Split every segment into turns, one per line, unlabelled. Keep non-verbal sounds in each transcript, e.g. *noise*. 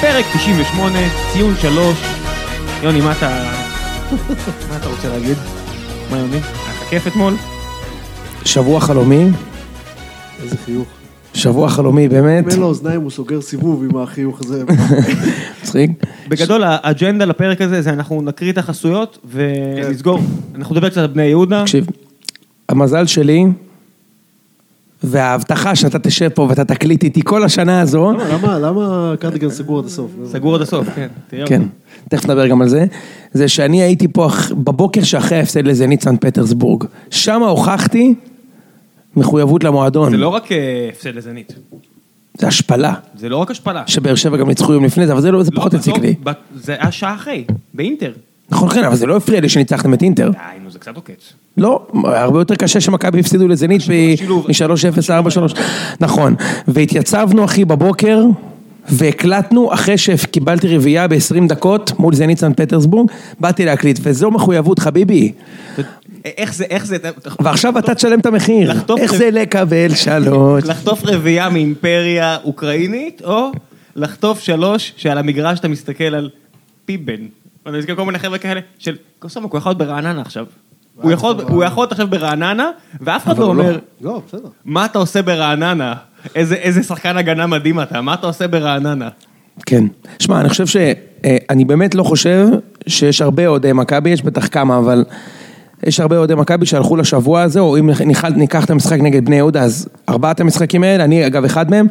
פרק 98, ציון 3. יוני, מה אתה... מה אתה רוצה להגיד? מה יוני? היה לך כיף אתמול?
שבוע חלומי,
איזה חיוך.
שבוע חלומי באמת,
אם אין לו אוזניים הוא סוגר סיבוב עם החיוך הזה.
מצחיק.
בגדול, האג'נדה לפרק הזה זה אנחנו נקריא את החסויות ונסגור. אנחנו נדבר קצת על בני יהודה.
כן. תקשיב, המזל שלי, וההבטחה שאתה תשב פה ואתה תקליט איתי כל השנה הזו,
למה- למה, למה קרדיגן סגור עד הסוף?
סגור עד הסוף, כן. תראה
כן,
אותו.
תכף נדבר גם על זה, זה שאני הייתי פה אח- בבוקר שאחרי ההפסד לזנית סן פטרסבורג. שם הוכחתי מחויבות למועדון.
זה לא רק אה, הפסד לזנית,
זה השפלה.
זה לא רק השפלה.
שבאר שבע גם ניצחו יום לפני זה, אבל זה לא, זה
לא,
פחות הציק
בסוף,
לי.
ב- זה היה שעה אחרי, באינטר.
נכון, כן, אבל זה לא הפריע לי שניצחתם את אינטר.
די, נו, זה קצת עוקץ.
לא, הרבה יותר קשה שמכבי הפסידו לזנית
השילוב.
מ-3-0 ל-4-3. נכון. והתייצבנו, אחי, בבוקר, והקלטנו אחרי שקיבלתי רביעייה ב-20 דקות מול זנית סן פטרסבורג, באתי להקליט, וזו מחויבות, חביבי.
אתה- איך זה, איך זה, אתה-
ועכשיו אתה תשלם את המחיר.
לחטוף
איך
רב-
זה לקבל שלוש?
לחטוף רביעייה מאימפריה אוקראינית, או לחטוף שלוש שעל המגרש אתה מסתכל על פיבן. ואני מסתכל על כל מיני חבר'ה כאלה של, קוסומו, הוא יכול להיות ברעננה עכשיו. הוא יכול הוא יכול להיות עכשיו ברעננה, ואף אחד לא אומר,
לא, בסדר.
מה אתה עושה ברעננה? איזה- איזה שחקן הגנה מדהים אתה, מה אתה עושה ברעננה?
כן. שמע, אני חושב ש... אה, אני באמת לא חושב שיש הרבה אוהדי מכבי, יש בטח כמה, אבל יש הרבה אוהדי מכבי שהלכו לשבוע הזה, או אם ניחל- ניקח את המשחק נגד בני יהודה, אז ארבעת המשחקים האלה, אני אגב אחד מהם,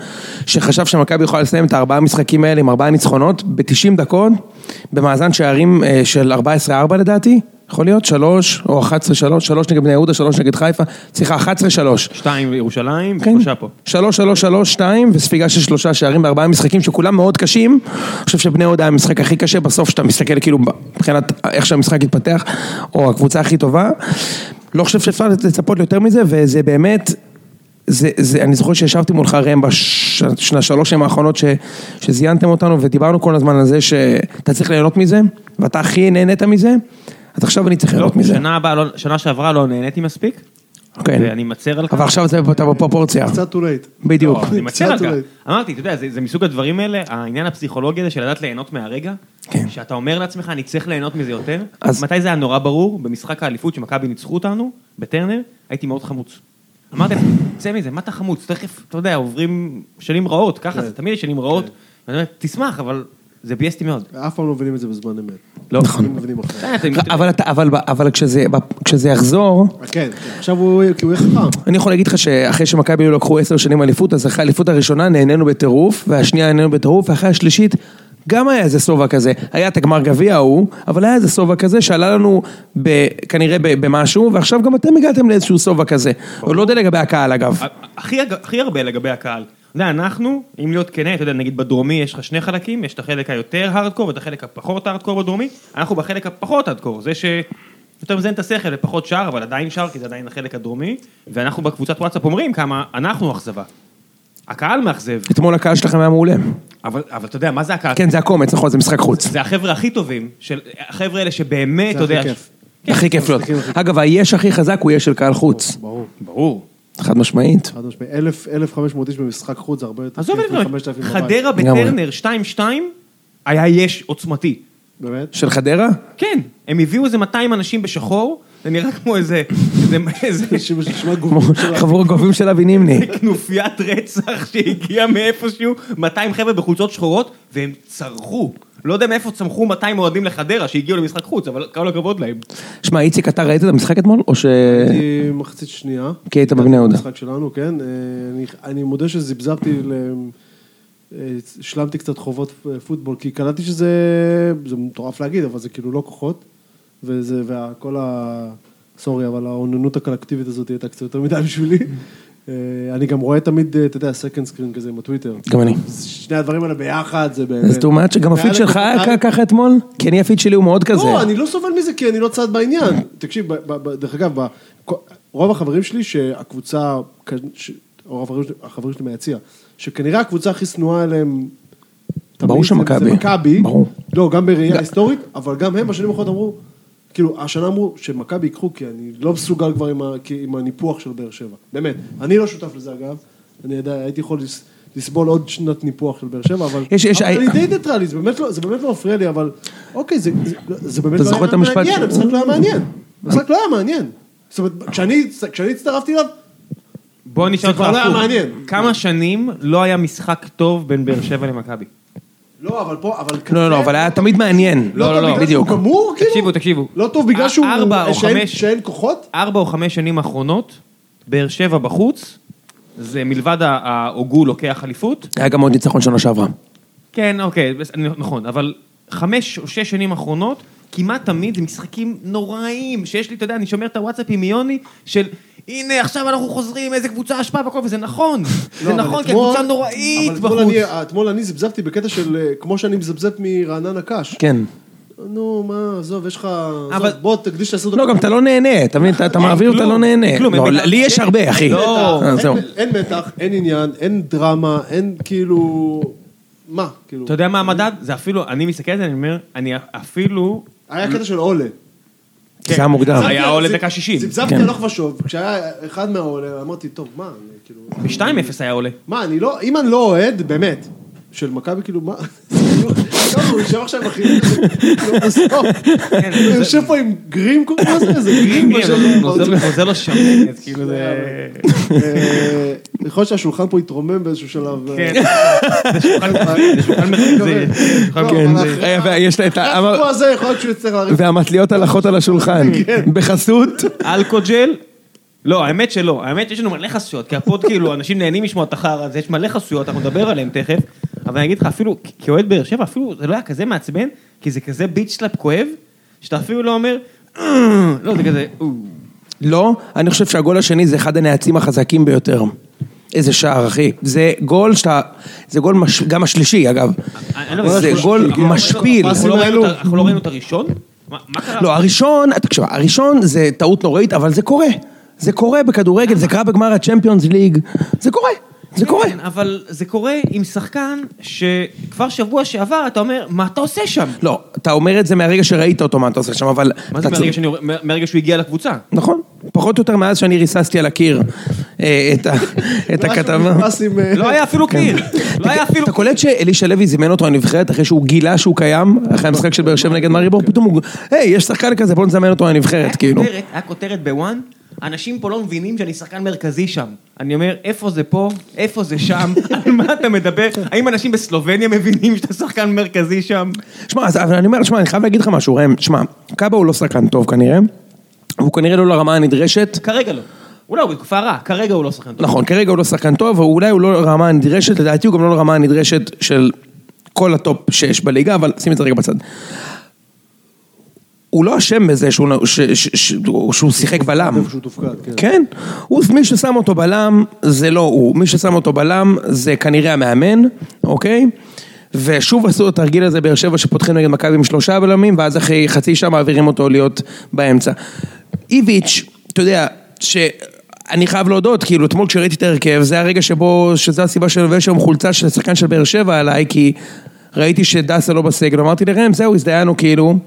שחשב שמכבי יכולה לסיים את הארבעה המשחקים האלה עם ארבעה ניצחונות, ב-90 דקות, במאזן שערים אה, של 14-4 לדעתי, יכול להיות? שלוש, או 11-3, שלוש נגד בני יהודה, שלוש נגד חיפה, סליחה, 11-3.
שתיים בירושלים,
כן.
ושלושה פה.
שלוש, שלוש, שלוש, שתיים, וספיגה של שלושה שערים בארבעה משחקים שכולם מאוד קשים. אני חושב שבני יהודה היה המשחק הכי קשה בסוף, שאתה מסתכל כאילו מבחינת איך שהמשחק התפתח, או הקבוצה הכי טובה. לא חושב שאפשר לצפות ליותר מזה, וזה באמת, זה, זה, אני זוכר שישבתי מולך ראם בשלוש שנים האחרונות ש, שזיינתם אותנו, ודיברנו כל הזמן על זה שאתה צריך ליהנות מזה, ואתה הכי נהנית מזה, אז עכשיו אני צריך
לא,
ליהנות מזה.
שנה הבאה, לא- שנה שעברה לא נהניתי מספיק,
כן.
ואני מצר על כך.
אבל עכשיו זה אתה בפרופורציה,
קצת too late.
בדיוק.
אני מצר על
קצת
כך.
אולי.
אמרתי, אתה יודע, זה זה מסוג הדברים האלה, העניין הפסיכולוגי הזה של לדעת ליהנות מהרגע,
כן.
שאתה אומר לעצמך, אני צריך ליהנות מזה יותר.
אז-
מתי זה היה נורא ברור? במשחק האליפות שמכבי ניצחו אותנו, בטרנר, הייתי מאוד חמוץ. אמרתי, להם, צא מזה, מה אתה חמוץ? תכף, אתה יודע, עוברים שנים רעות, ככה,
כן.
זה תמיד יש שנים רעות. ואני אומר, תשמח, אבל זה ביאס אותי מאוד.
אף פעם לא מבינים את זה בזמן אמת.
נכון.
לא.
הם מבינים אחרת.
אה, אתם-
אבל, אתה, אבל, אבל כשזה, כשזה יחזור,
כן, כן. עכשיו הוא, כי הוא יהיה חכם.
אני יכול להגיד לך שאחרי שמכבי היו לקחו עשר שנים אליפות, אז אחרי האליפות הראשונה נהנינו בטירוף, והשנייה נהנינו בטירוף, ואחרי השלישית גם היה איזה שובע כזה. היה את הגמר גביע ההוא, אבל היה איזה שובע כזה שעלה לנו ב, כנראה ב, במשהו, ועכשיו גם אתם הגעתם לאיזשהו שובע כזה. עוד לא יודע לגבי הקהל אגב.
הכי, הכי הרבה לגבי הקהל. אתה יודע, אנחנו, אם להיות כנה, אתה יודע, נגיד בדרומי יש לך שני חלקים, יש את החלק היותר הארדקור ואת החלק הפחות הארדקור בדרומי, אנחנו בחלק הפחות הארדקור, זה שיותר מזיין את השכל ופחות שער, אבל עדיין שער, כי זה עדיין החלק הדרומי, ואנחנו בקבוצת וואטסאפ אומרים כמה אנחנו אכזבה. הקהל מאכזב,
אתמול הקהל שלכם היה מעולה.
אבל, אבל אתה יודע, מה זה הקהל?
כן, זה הקומץ, נכון, זה משחק חוץ.
זה החבר'ה הכי טובים, של, החבר'ה האלה שבאמת, אתה
זה הכי
יודע...
כיף.
הכי כיף להיות. אגב, היש הכי חזק הוא יש של קהל חוץ.
ברור. כן,
ברור.
חד משמעית.
חד משמעי. אלף, אלף חמש מאות איש במשחק חוץ זה הרבה יותר
עזוב, אני
מחמשת
אומר,
כן, אלפים בבית.
חדרה בטרנר 2-2 היה יש עוצמתי.
באמת?
של חדרה?
כן, הם הביאו איזה 200 אנשים בשחור, זה נראה כמו איזה, איזה, איזה
שמע- שמע
כמו
גוף של
חבור גובים של אבי נימני.
כנופיית רצח שהגיעה מאיפשהו, 200 חבר'ה בחולצות שחורות, והם צרחו. לא יודע מאיפה צמחו 200 אוהדים לחדרה שהגיעו למשחק חוץ, אבל כל הכבוד להם.
שמע, איציק, אתה ראית את המשחק אתמול? או ש...
הייתי מחצית שנייה.
אה, כי היית בבני יהודה.
המשחק שלנו, כן. אה, אני, אני מודה שזיבזבתי, ל- אה, השלמתי קצת חובות אה, פוטבול, כי קלטתי שזה, זה מטורף להגיד, אבל זה כאילו לא כוחות, וזה, וכל ה... סורי, אבל האוננות הקלקטיבית הזאת הייתה קצת יותר מדי בשבילי. אה, אני גם רואה תמיד, אה, אתה יודע, סקנד סקרין כזה עם הטוויטר.
גם אני.
שני הדברים האלה ביחד, זה באמת...
אז תאומת שגם הפיד
והיה
שלך
לי-
היה כ- ככה אתמול? כי אני הפיד שלי הוא מאוד כזה.
לא, אני לא סובל מזה כי אני לא צד בעניין. תקשיב, ב- ב- ב- דרך אגב, ב- כל- רוב החברים שלי שהקבוצה, כ- ש- או החברים שלי- החברים שלי מהיציע, שכנראה הקבוצה הכי שנואה אליהם... תמיד
ברור
זה-
שמכבי.
זה מכבי.
ברור.
לא, גם
*laughs*
בראייה היסטורית, אבל גם הם בשנים האחרונות אמרו, כאילו, השנה אמרו שמכבי ייקחו, כי אני לא מסוגל כבר עם, ה, כי- עם הניפוח של באר שבע. באמת. אני לא שותף לזה, אגב. אני יודע, הייתי יכול לס- לסבול עוד שנת ניפוח של באר שבע, אבל...
יש- יש- אה,
אבל אני
I-
די ניטרלי, זה באמת לא- זה באמת לא מפריע לי, אבל... אוקיי, זה זה- זה באמת
אתה
לא
זוכר את
היה
המשפט
מעניין,
ש-
המשחק לא היה מעניין. המשחק לא היה מעניין. זאת אומרת, כשאני כשאני הצטרפתי אליו,
בוא נשאל
זה
אותך
כבר לא היה
הפוך.
מעניין.
כמה שנים לא היה משחק טוב בין באר שבע למכבי?
לא, אבל פה, אבל...
לא, לא, לא, אבל היה תמיד מעניין. לא, לא, לא, בדיוק.
הוא גמור, כאילו?
תקשיבו, תקשיבו. אה,
לא טוב בגלל שהוא...
ארבע או
שאין-
חמש.
שאין כוחות?
ארבע או חמש שנים האחרונות, באר שבע בחוץ, זה מלבד ה- ההוגו לוקח אליפות.
היה גם עוד ניצחון שנה שעברה.
כן, אוקיי, בס- נכון, אבל חמש או שש שנים האחרונות, כמעט תמיד זה משחקים נוראים, שיש לי, אתה יודע, אני שומר את הוואטסאפים מיוני של... הנה, עכשיו אנחנו חוזרים, איזה קבוצה אשפה והכל, וזה נכון.
*laughs* לא,
זה
אבל
נכון, כי
אתמול-
הקבוצה נוראית
אבל אתמול
בחוץ.
אני- אתמול אני זבזבתי בקטע של אה, כמו שאני מזבזב מרעננה קש.
כן.
נו, מה, עזוב, יש לך...
אבל-
עזוב, בוא, תקדיש לעשות...
לא, גם אתה לא נהנה, אתה מבין? אתה- אתה מעביר, אתה לא נהנה.
כלום,
לא,
הם-
לי יש הרבה, אחי.
לא.
אה, זהו.
אין מתח, אין עניין, אין דרמה, אין כאילו... מה, כאילו...
אתה יודע מה המדד? זה אפילו, אני מסתכל על זה, אני אומר, אני אפילו...
היה קטע של עולה.
כי זה היה מוקדם.
זה היה עולה
זיפ-
דקה 60.
זיפזפתי
אה. כן.
הלוך ושוב, כשהיה אחד מהעולה, אמרתי, טוב, מה, אני כאילו...
ב-2-0 היה
*laughs*
עולה.
מה, אני לא... אם אני לא אוהד, באמת, של מכבי, כאילו, מה... *laughs* טוב, הוא יושב עכשיו עם החיוך הזה, כאילו, בסוף. הוא
כן, זה- כן,
יושב פה עם גרים, כל מה זה? זה גרים
מי, אבל
בשלום.
זה לא- זה לא
*laughs*
שמנת, כאילו זה...
אה, יכול להיות שהשולחן פה התרומם באיזשהו שלב. אה.
כן. *laughs*
זה שולחן לא,
מרכזי. שולחן
כן. אה, ויש לה את ה...
הסיפור הזה יכול להיות שהוא יצטרך להרים.
והמטליות הלכות על השולחן. בחסות.
אלכוג'ל? לא, האמת שלא. האמת שיש לנו מלא חסויות, כי הפוד כאילו, אנשים נהנים לשמוע את החרא הזה, יש מלא חסויות, אנחנו נדבר עליהן תכף. אבל אני אגיד לך, אפילו כ- כאוהד באר שבע, אפילו זה לא היה כזה מעצבן, כי זה כזה ביט שלאפ כואב, שאתה אפילו לא אומר, "אה", לא, זה כזה, "אה".
לא, אני חושב שהגול השני זה אחד הנעצים החזקים ביותר. איזה שער, אחי. זה גול שאתה... זה גול, מש... גם השלישי, אגב.
אני לא יודע,
זה
אנחנו-
גול
אנחנו לא ראינו-
משפיל.
אנחנו לא
הפסים
ראינו את ה-
האלו-
אנחנו לא ראינו את הראשון? מה מה קרה?
לא, הראשון, תקשיב, הראשון זה טעות נוראית, אבל זה קורה. זה קורה בכדורגל, זה קרה בגמר הצ'מפיונס ליג. זה קורה, זה קורה.
כן, אבל זה קורה עם שחקן שכבר שבוע שעבר אתה אומר, מה אתה עושה שם?
לא, אתה אומר את זה מהרגע שראית אותו, מה אתה עושה שם, אבל...
מה זה
אתה
מהרגע,
צריך-
שאני, מה- מהרגע שהוא הגיע
*laughs*
לקבוצה?
נכון, פחות או יותר מאז שאני ריססתי על הקיר אה,
*laughs*
את ה- את הכתבה.
נכנס עם, אה,
לא היה אפילו קיר, לא היה אפילו...
כן. אתה קולט שאלישע לוי זימן אותו לנבחרת אחרי שהוא גילה שהוא קיים, אחרי המשחק של באר שבע נגד מריבור, פתאום הוא, היי, יש שחקן כזה, בוא נזמן אותו
היה
לנבחרת, כאילו.
כותרת, היה כותרת בוואן, אנשים פה לא מבינים שאני שחקן מרכזי שם. אני אומר, איפה זה פה? איפה זה שם? *laughs* על מה אתה מדבר? האם אנשים בסלובניה מבינים שאתה שחקן מרכזי שם?
שמע, אז אבל אני אומר, שמע, אני חייב להגיד לך משהו, ראם, שמע, קאבה הוא לא שחקן טוב כנראה, והוא כנראה לא לרמה הנדרשת.
כרגע לא. אולי הוא בתקופה רעה, כרגע הוא לא שחקן טוב.
נכון, כרגע הוא לא שחקן טוב, ואולי הוא לא לרמה הנדרשת, לדעתי הוא גם לא לרמה הנדרשת של כל הטופ 6 בליגה, אבל שים את זה רגע בצד. הוא לא אשם בזה שהוא, ש, ש, ש, שהוא שיחק בלם.
שהוא תופקד, כן.
כן, הוא, מי ששם אותו בלם זה לא הוא, מי ששם אותו בלם זה כנראה המאמן, אוקיי? ושוב עשו את התרגיל הזה באר שבע שפותחים נגד מכבי עם שלושה בלמים ואז אחרי חצי שעה מעבירים אותו להיות באמצע. איביץ', אתה יודע, שאני חייב להודות, כאילו אתמול כשראיתי את ההרכב זה הרגע שבו, שזו הסיבה שאני לובש היום חולצה של שחקן של באר שבע עליי כי ראיתי שדסה לא בסגל, אמרתי לראם זהו הזדיינו כאילו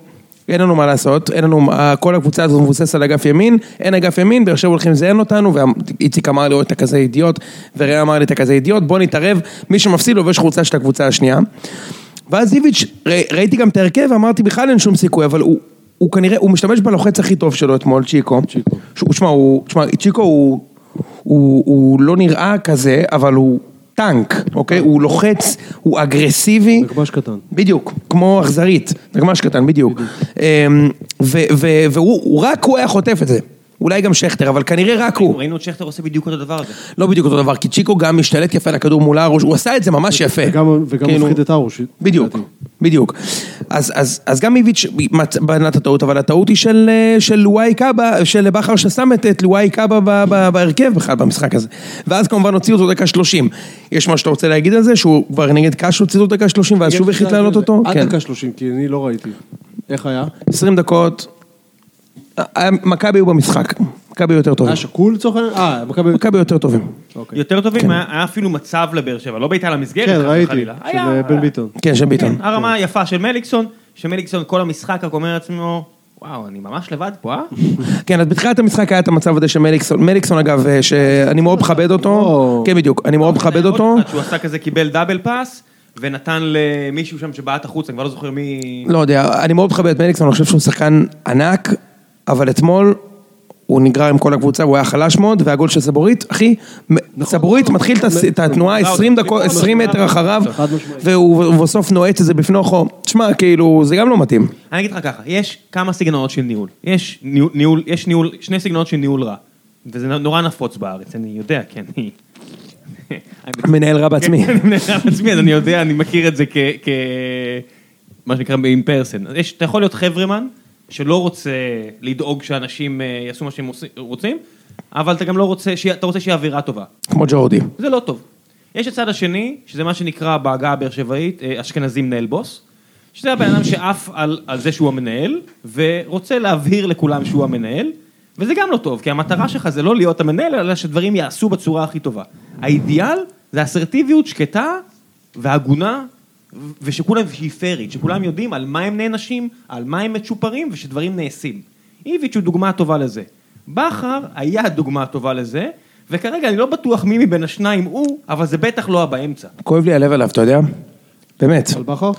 אין לנו מה לעשות, אין לנו, כל הקבוצה הזו מבוססת על אגף ימין, אין אגף ימין, באר שבע הולכים לזיין אותנו, ואיציק אמר לי, אוי, אתה כזה אידיוט, וראם אמר לי, אתה כזה אידיוט, בוא נתערב, מי שמפסיד לובש חולצה של הקבוצה השנייה. ואז איביץ', ראי- ראיתי גם את ההרכב, ואמרתי, בכלל אין שום סיכוי, אבל הוא, הוא כנראה, הוא משתמש בלוחץ הכי טוב שלו אתמול, צ'יקו.
צ'יקו.
שהוא- שמע, הוא, שמע, צ'יקו הוא, הוא, הוא לא נראה כזה, אבל הוא טנק, אוקיי? הוא לוחץ, הוא אגרסיבי.
נגמש קטן.
בדיוק, כמו אכזרית, נגמש קטן, בדיוק. אמ, ו- ו- והוא, הוא- רק הוא היה חוטף את זה. אולי גם שכטר, אבל כנראה רק הוא.
ראינו את שכטר עושה בדיוק אותו דבר הזה.
לא בדיוק אותו דבר, כי צ'יקו גם משתלט יפה על הכדור מול הראש, הוא עשה את זה ממש יפה.
וגם- וגם
כאילו-
מפחיד את הראש.
בדיוק, בדיוק. אז, אז, אז גם איביץ' מצ- בנה את הטעות, אבל הטעות היא של, אה, של לואי קאבה, של בכר ששם את, את לואי קאבה ב- ב- בהרכב בכלל במשחק הזה. ואז כמובן הוציאו אותו דקה 30. יש מה שאתה רוצה להגיד על זה, שהוא כבר נגד קאש הוציאו אותו דקה 30, ואז שוב החליט להעלות אותו?
עד
כן.
דקה 30, כי אני לא ראיתי. איך היה?
20 דקות. היה- מכבי היו במשחק, מכבי היו יותר טובים.
היה שקול לצורך העניין? אה, מכבי...
מכבי היו יותר טובים.
אוקיי.
יותר טובים, היה היה אפילו מצב לבאר שבע, לא בעיטה למסגרת,
כן,
חס
ראיתי.
וחלילה.
של
היה-
אה, בן ביטון.
כן, של ביטון.
הרמה היפה של מליקסון, שמליקסון כל המשחק רק אומר לעצמו, וואו, אני ממש לבד פה, אה?
כן, אז בתחילת המשחק היה את המצב הזה שמליקסון, מליקסון אגב, אה, שאני מאוד מכבד אותו,
לא.
כן בדיוק, אני מאוד מכבד אותו,
עוד אחד שהוא עשה כזה, קיבל דאבל פאס, ונתן למישהו שם שבעט החוצה, אני כבר לא זוכר מי...
לא יודע, אני מאוד מכבד את מליקסון, אני חושב שהוא שחקן ענק, אבל אתמול הוא נגרר עם כל הקבוצה, והוא היה חלש מאוד, והגול של סבורית, אחי, מ- סבורית מתחיל את הס- את התנועה 20 דקות, 20 מטר אחריו,
חד משמעית.
והוא והוא בסוף נועץ את זה בפני אוכו, תשמע, כאילו, זה גם לא מתאים.
אני אגיד לך ככה, יש כמה סגנונות של ניהול. יש ניהול, ניהול, יש ניהול, שני סגנונות של ניהול רע. וזה נורא נפוץ בארץ, אני יודע, כי אני...
*laughs* מנהל רע בעצמי.
כן, *laughs* אני מנהל בעצמי, אז אני יודע, אני מכיר את זה כ... כ... מה שנקרא in person. יש, אתה יכול להיות חברמן, שלא רוצה לדאוג שאנשים אה, יעשו מה שהם עושים- רוצים, אבל אתה גם לא רוצה, שיה- אתה רוצה שתהיה אווירה טובה.
כמו ג'ורדי.
זה לא טוב. יש הצד השני, שזה מה שנקרא בעגה הבאר שבעית, אה, אשכנזי מנהל בוס, שזה הבן אדם שעף על, על זה שהוא המנהל, ורוצה להבהיר לכולם שהוא המנהל, וזה גם לא טוב, כי המטרה שלך זה לא להיות המנהל, אלא שדברים יעשו בצורה הכי טובה. האידיאל זה אסרטיביות שקטה והגונה, ו- ושכולם, שהיא פיירית, שכולם יודעים על מה הם נענשים, על מה הם מצ'ופרים, ושדברים נעשים. איביץ' הוא דוגמה טובה לזה. בכר היה דוגמה טובה לזה, וכרגע אני לא בטוח מי מבין השניים הוא, אבל זה בטח לא הבאמצע.
כואב לי הלב עליו, אתה יודע? באמת.
על בכר?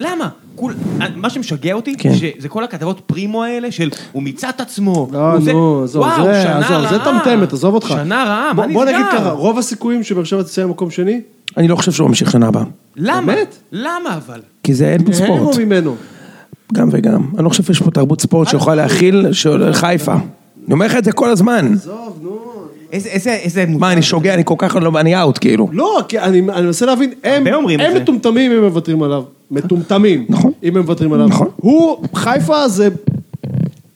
למה? כול, מה שמשגע אותי,
כן.
כן. שזה כל הכתבות פרימו האלה של הוא מיצה את עצמו.
לא,
הוא זה-
נו, עזוב,
וואו,
זה,
שנה
עזוב, זה
רעה.
טמטמת, עזוב אותך.
שנה רעה, מה
בוא-
נסגר?
בוא נגיד ככה, רוב הסיכויים שבאר שבע תסיים במקום שני,
אני לא חושב שהוא ממשיך שנה הבאה.
למה?
באמת?
למה אבל?
כי זה אין פה
נהנו
ספורט.
ממנו.
גם וגם. אני לא חושב שיש פה תרבות ספורט שיכולה להכיל של חיפה. אני אומר לך את זה כל הזמן.
עזוב, נו.
איזה, איזה, איזה מוזר.
מה, אני שוגע, אני כל כך לא... אני אאוט, כאילו.
לא, כי אני אני מנסה להבין, הם
הרבה אומרים את
הם
זה.
מטומטמים אם הם מוותרים עליו. מטומטמים.
נכון.
אם הם מוותרים עליו.
נכון.
הוא, חיפה זה,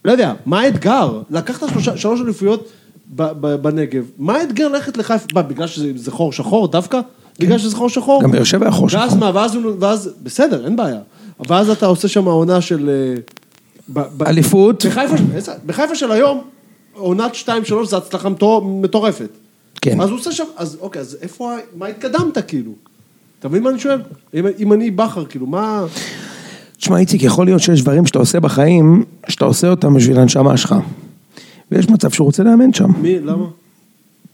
לא יודע, מה האתגר? לקחת שלושה- שלוש אליפויות ב- ב- בנגב, מה האתגר ללכת לחיפה? מה, בגלל שזה זה חור שחור דווקא? בגלל שזה חור שחור?
גם באר שבע היה חור
ואז
שחור.
מה, ואז, הוא- ואז, בסדר, אין בעיה. ואז אתה עושה שם עונה של... אה, ב- ב-
אליפות.
בחיפה, איזה- בחיפה של היום, עונת 2-3 זה הצלחה מטור- מטורפת.
כן.
אז הוא עושה שם, אז אוקיי, אז איפה, ה- מה התקדמת כאילו? אתה מבין מה אני שואל? אם, אם אני בכר, כאילו, מה...
תשמע, איציק, יכול להיות שיש דברים שאתה עושה בחיים, שאתה עושה אותם בשביל הנשמה שלך. ויש מצב שהוא רוצה לאמן שם.
מי, למה?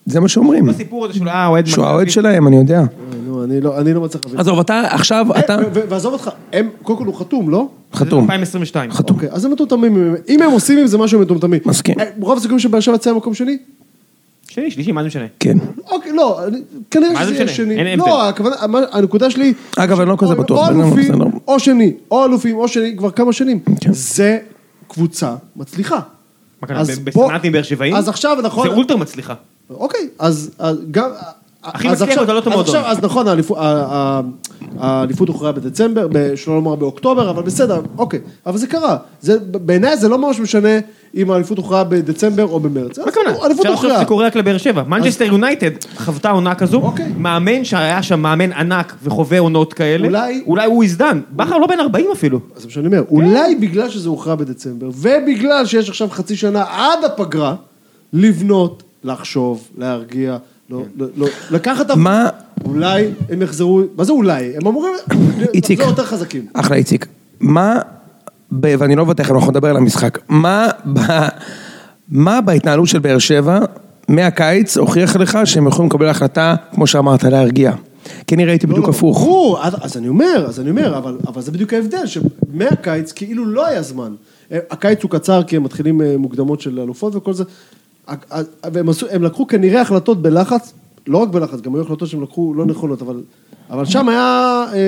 זה מה שאומרים.
הסיפור הזה של אה, אוהד
שהוא
מכבי.
האוהד שלהם, אני יודע.
אה, נו, אני לא, אני לא מצליח להבין.
עזוב, אתה עכשיו, אתה...
אה, ו- ו- ועזוב אותך, הם, קודם כל הוא חתום, לא?
זה
חתום.
2022.
חתום.
אוקיי, אז הם מטומטמים, אם הם- אם הם עושים עם זה משהו הם מטומטמים.
מסכים.
אה, רוב הסיכויים שבאר שבע תצא למקום שני?
שני, שלישי, מה זה משנה?
כן.
אוקיי, לא, אני- כנראה
מה זה
שזה יהיה
משנה?
שני.
אין הבדל.
לא, הכוונה, מה- הנקודה שלי...
אגב, אני לא כזה
או-
בטוח,
או
אבל לא,
אלופים,
בסדר.
או שני, או אלופים, או שני, כבר כמה שנים.
כן.
זה קבוצה מצליחה.
מה קרה,
אז
ב-
פה-
בסנאטים באר שבעים?
אז עכשיו, נכון.
זה אולטרה מצליחה.
אוקיי, אז אז גם...
הכי
אז
מצליח
עכשיו-
בתולדות
אז
המועדון.
עכשיו, אז נכון, האליפו- ה- ה- האליפות הוכרעה בדצמבר, ב- שלא לומר באוקטובר, אבל בסדר, אוקיי. אבל זה קרה. זה- בעיניי זה לא ממש משנה אם האליפות הוכרעה בדצמבר או במרץ.
מה הכוונה?
האליפות
אפשר לחשוב
הוכרעה.
שזה קורה רק לבאר שבע. מנצ'סטר יונייטד חוותה עונה כזו,
אוקיי.
מאמן שהיה שם מאמן ענק וחווה עונות כאלה,
אולי-
אולי הוא הזדן. בכר לא בן 40 אפילו.
אז זה מה שאני אומר, אולי בגלל שזה הוכרע בדצמבר, ובגלל שיש עכשיו חצי שנה עד הפגרה, לבנות, לחשוב, להרגיע,
כן.
לא, לא, לא, לקחת... את ה-
מה-
אולי הם יחזרו, מה זה אולי? הם אמורים
איציק.
לחזור יותר חזקים.
אחלה, איציק. מה, ב- ואני לא מבטח, אנחנו נדבר על המשחק. מה, ב, מה בהתנהלות של באר שבע מהקיץ הוכיח לך שהם יכולים לקבל החלטה, כמו שאמרת, להרגיע? כי אני ראיתי בדיוק
לא, לא,
הפוך.
ברור, אז- אז אני אומר, אז אני אומר, אבל, אבל זה בדיוק ההבדל, שמהקיץ כאילו לא היה זמן. אה, הקיץ הוא קצר כי הם מתחילים אה, מוקדמות של אלופות וכל זה. ה- ה- והם עשו, הם לקחו כנראה החלטות בלחץ, לא רק בלחץ, גם היו החלטות שהם לקחו לא נכונות, אבל, אבל שם היה אה, אה,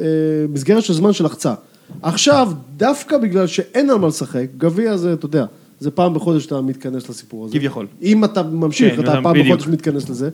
אה, מסגרת של זמן שלחצה. עכשיו, דווקא בגלל שאין על מה לשחק, גביע זה, אתה יודע, זה פעם בחודש שאתה מתכנס לסיפור הזה.
כביכול.
אם אתה ממשיך,
כן,
אתה
אתה-
פעם
בדיוק.
בחודש מתכנס לזה.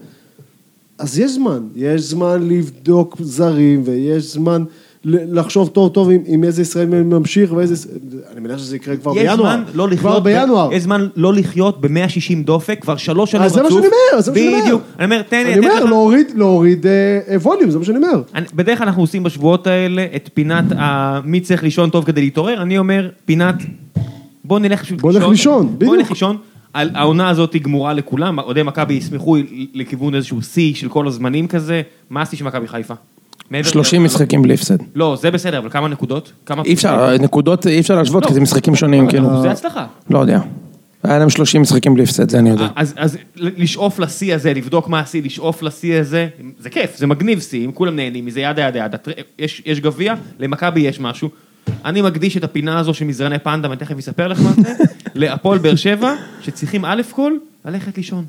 אז יש זמן, יש זמן לבדוק זרים, ויש זמן ל- לחשוב טוב טוב עם, עם איזה ישראל ממשיך ואיזה... יש- אני מניח שזה יקרה כבר
יש
בינואר.
זמן לא לחיות,
כבר
ב-
בינואר.
יש זמן לא לחיות ב-160 דופק, כבר שלוש שנים
אז
רצוף.
זה מה שאני אומר, זה מה שאני אומר.
בדיוק. אני אומר, תן לי,
אני
לתת
אומר,
לך-
להוריד, להוריד אה, אה, ווליום, זה מה שאני אומר.
אני- בדרך כלל אנחנו עושים בשבועות האלה את פינת ה- מי צריך לישון טוב כדי להתעורר, אני אומר, פינת בוא נלך פשוט
בוא נלך לישון,
בוא
בדיוק.
נלך לישון. על- העונה הזאת היא גמורה לכולם, אוהדי מכבי ישמחו לכיוון איזשהו שיא של כל הזמנים כזה, מה השיא של מכבי חיפה? מעבר
30
ל-
משחקים בלי הפסד.
לא, זה בסדר, אבל כמה נקודות? כמה...
אי אפשר, נקודות אי אפשר להשוות,
לא. אה.
כי זה משחקים שונים, כאילו.
זה הצלחה.
לא יודע. היה להם 30 משחקים בלי הפסד, זה אני יודע.
אז, אז ל- לשאוף לשיא הזה, לבדוק מה השיא, לשאוף לשיא הזה, זה כיף, זה מגניב שיא, אם כולם נהנים מזה, ידה ידה ידה. תראה, יש, יש גביע, למכבי יש משהו. אני מקדיש את הפינה הזו של מזרני פנדה, ואני תכף אספר לך מה זה, *laughs* להפועל באר שבע, שצריכים א' כל, ללכת לישון.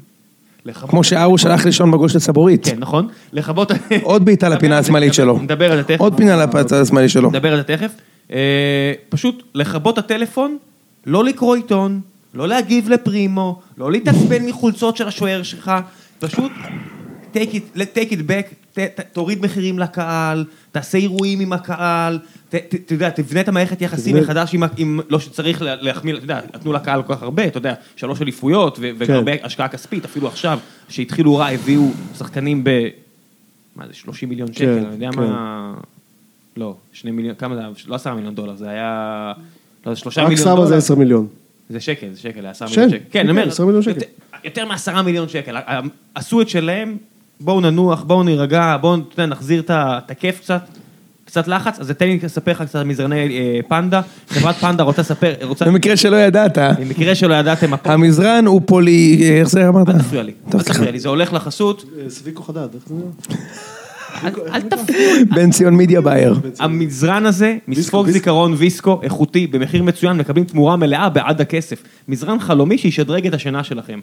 לכבות-
כמו שארו שלח לישון בגוש לצבורית.
כן, נכון? לכבות...
עוד
*laughs*
בעיטה
נדבר
לפינה
על זה,
השמאלית
נדבר-
שלו.
נדבר על זה תכף.
עוד פינה לצד השמאלי שלו.
נדבר על זה תכף. אה, פשוט לכבות את הטלפון, לא לקרוא עיתון, לא להגיב לפרימו, לא להתעצבן מחולצות של השוער שלך, פשוט take it, take it back, ת, ת, תוריד מחירים לקהל, תעשה אירועים עם הקהל, ת- ת- אתה יודע, תבנה את המערכת יחסים
תבנה-
מחדש עם, ה- עם לא שצריך לה- להחמיא, אתה יודע, נתנו לקהל כל כך הרבה, אתה יודע, שלוש אליפויות ו-
כן.
והרבה השקעה כספית, אפילו עכשיו, שהתחילו רע, הביאו שחקנים ב... מה זה, 30 מיליון שקל,
כן,
אני יודע
כן.
מה... לא, שני מיליון, כמה זה היה? לא עשרה מיליון דולר, זה היה... לא, זה שלושה
רק
מיליון
סבא
דולר.
זה 10 מיליון.
זה שקל, זה שקל, זה עשרה
שקל,
מיליון שקל. כן,
כן,
אני אומר,
עשרה מיליון שקל.
יותר- יותר מעשרה מיליון שקל. ה- ה- עשו את שלהם, בואו ננוח, בואו נירגע, בואו אתה יודע, נחזיר את ה- את הכיף קצת. קצת לחץ, אז תן לי לספר לך קצת על מזרני אה, פנדה. חברת פנדה רוצה לספר, רוצה...
במקרה שלא ידעת,
במקרה שלא ידעתם, הפ-
המזרן הוא פולי... איך זה אמרת?
אל תפריע לי,
טוב,
אל
סליחה.
תפריע לי, זה הולך לחסות,
אה, סביקו חדד, איך זה נראה?
אל- אל תפריע
בן ציון מידיה
*laughs*
בייר.
המזרן הזה, מספוג
ויסקו.
זיכרון ויסקו, איכותי, במחיר מצוין, מקבלים תמורה מלאה בעד הכסף. מזרן חלומי שישדרג את השינה שלכם.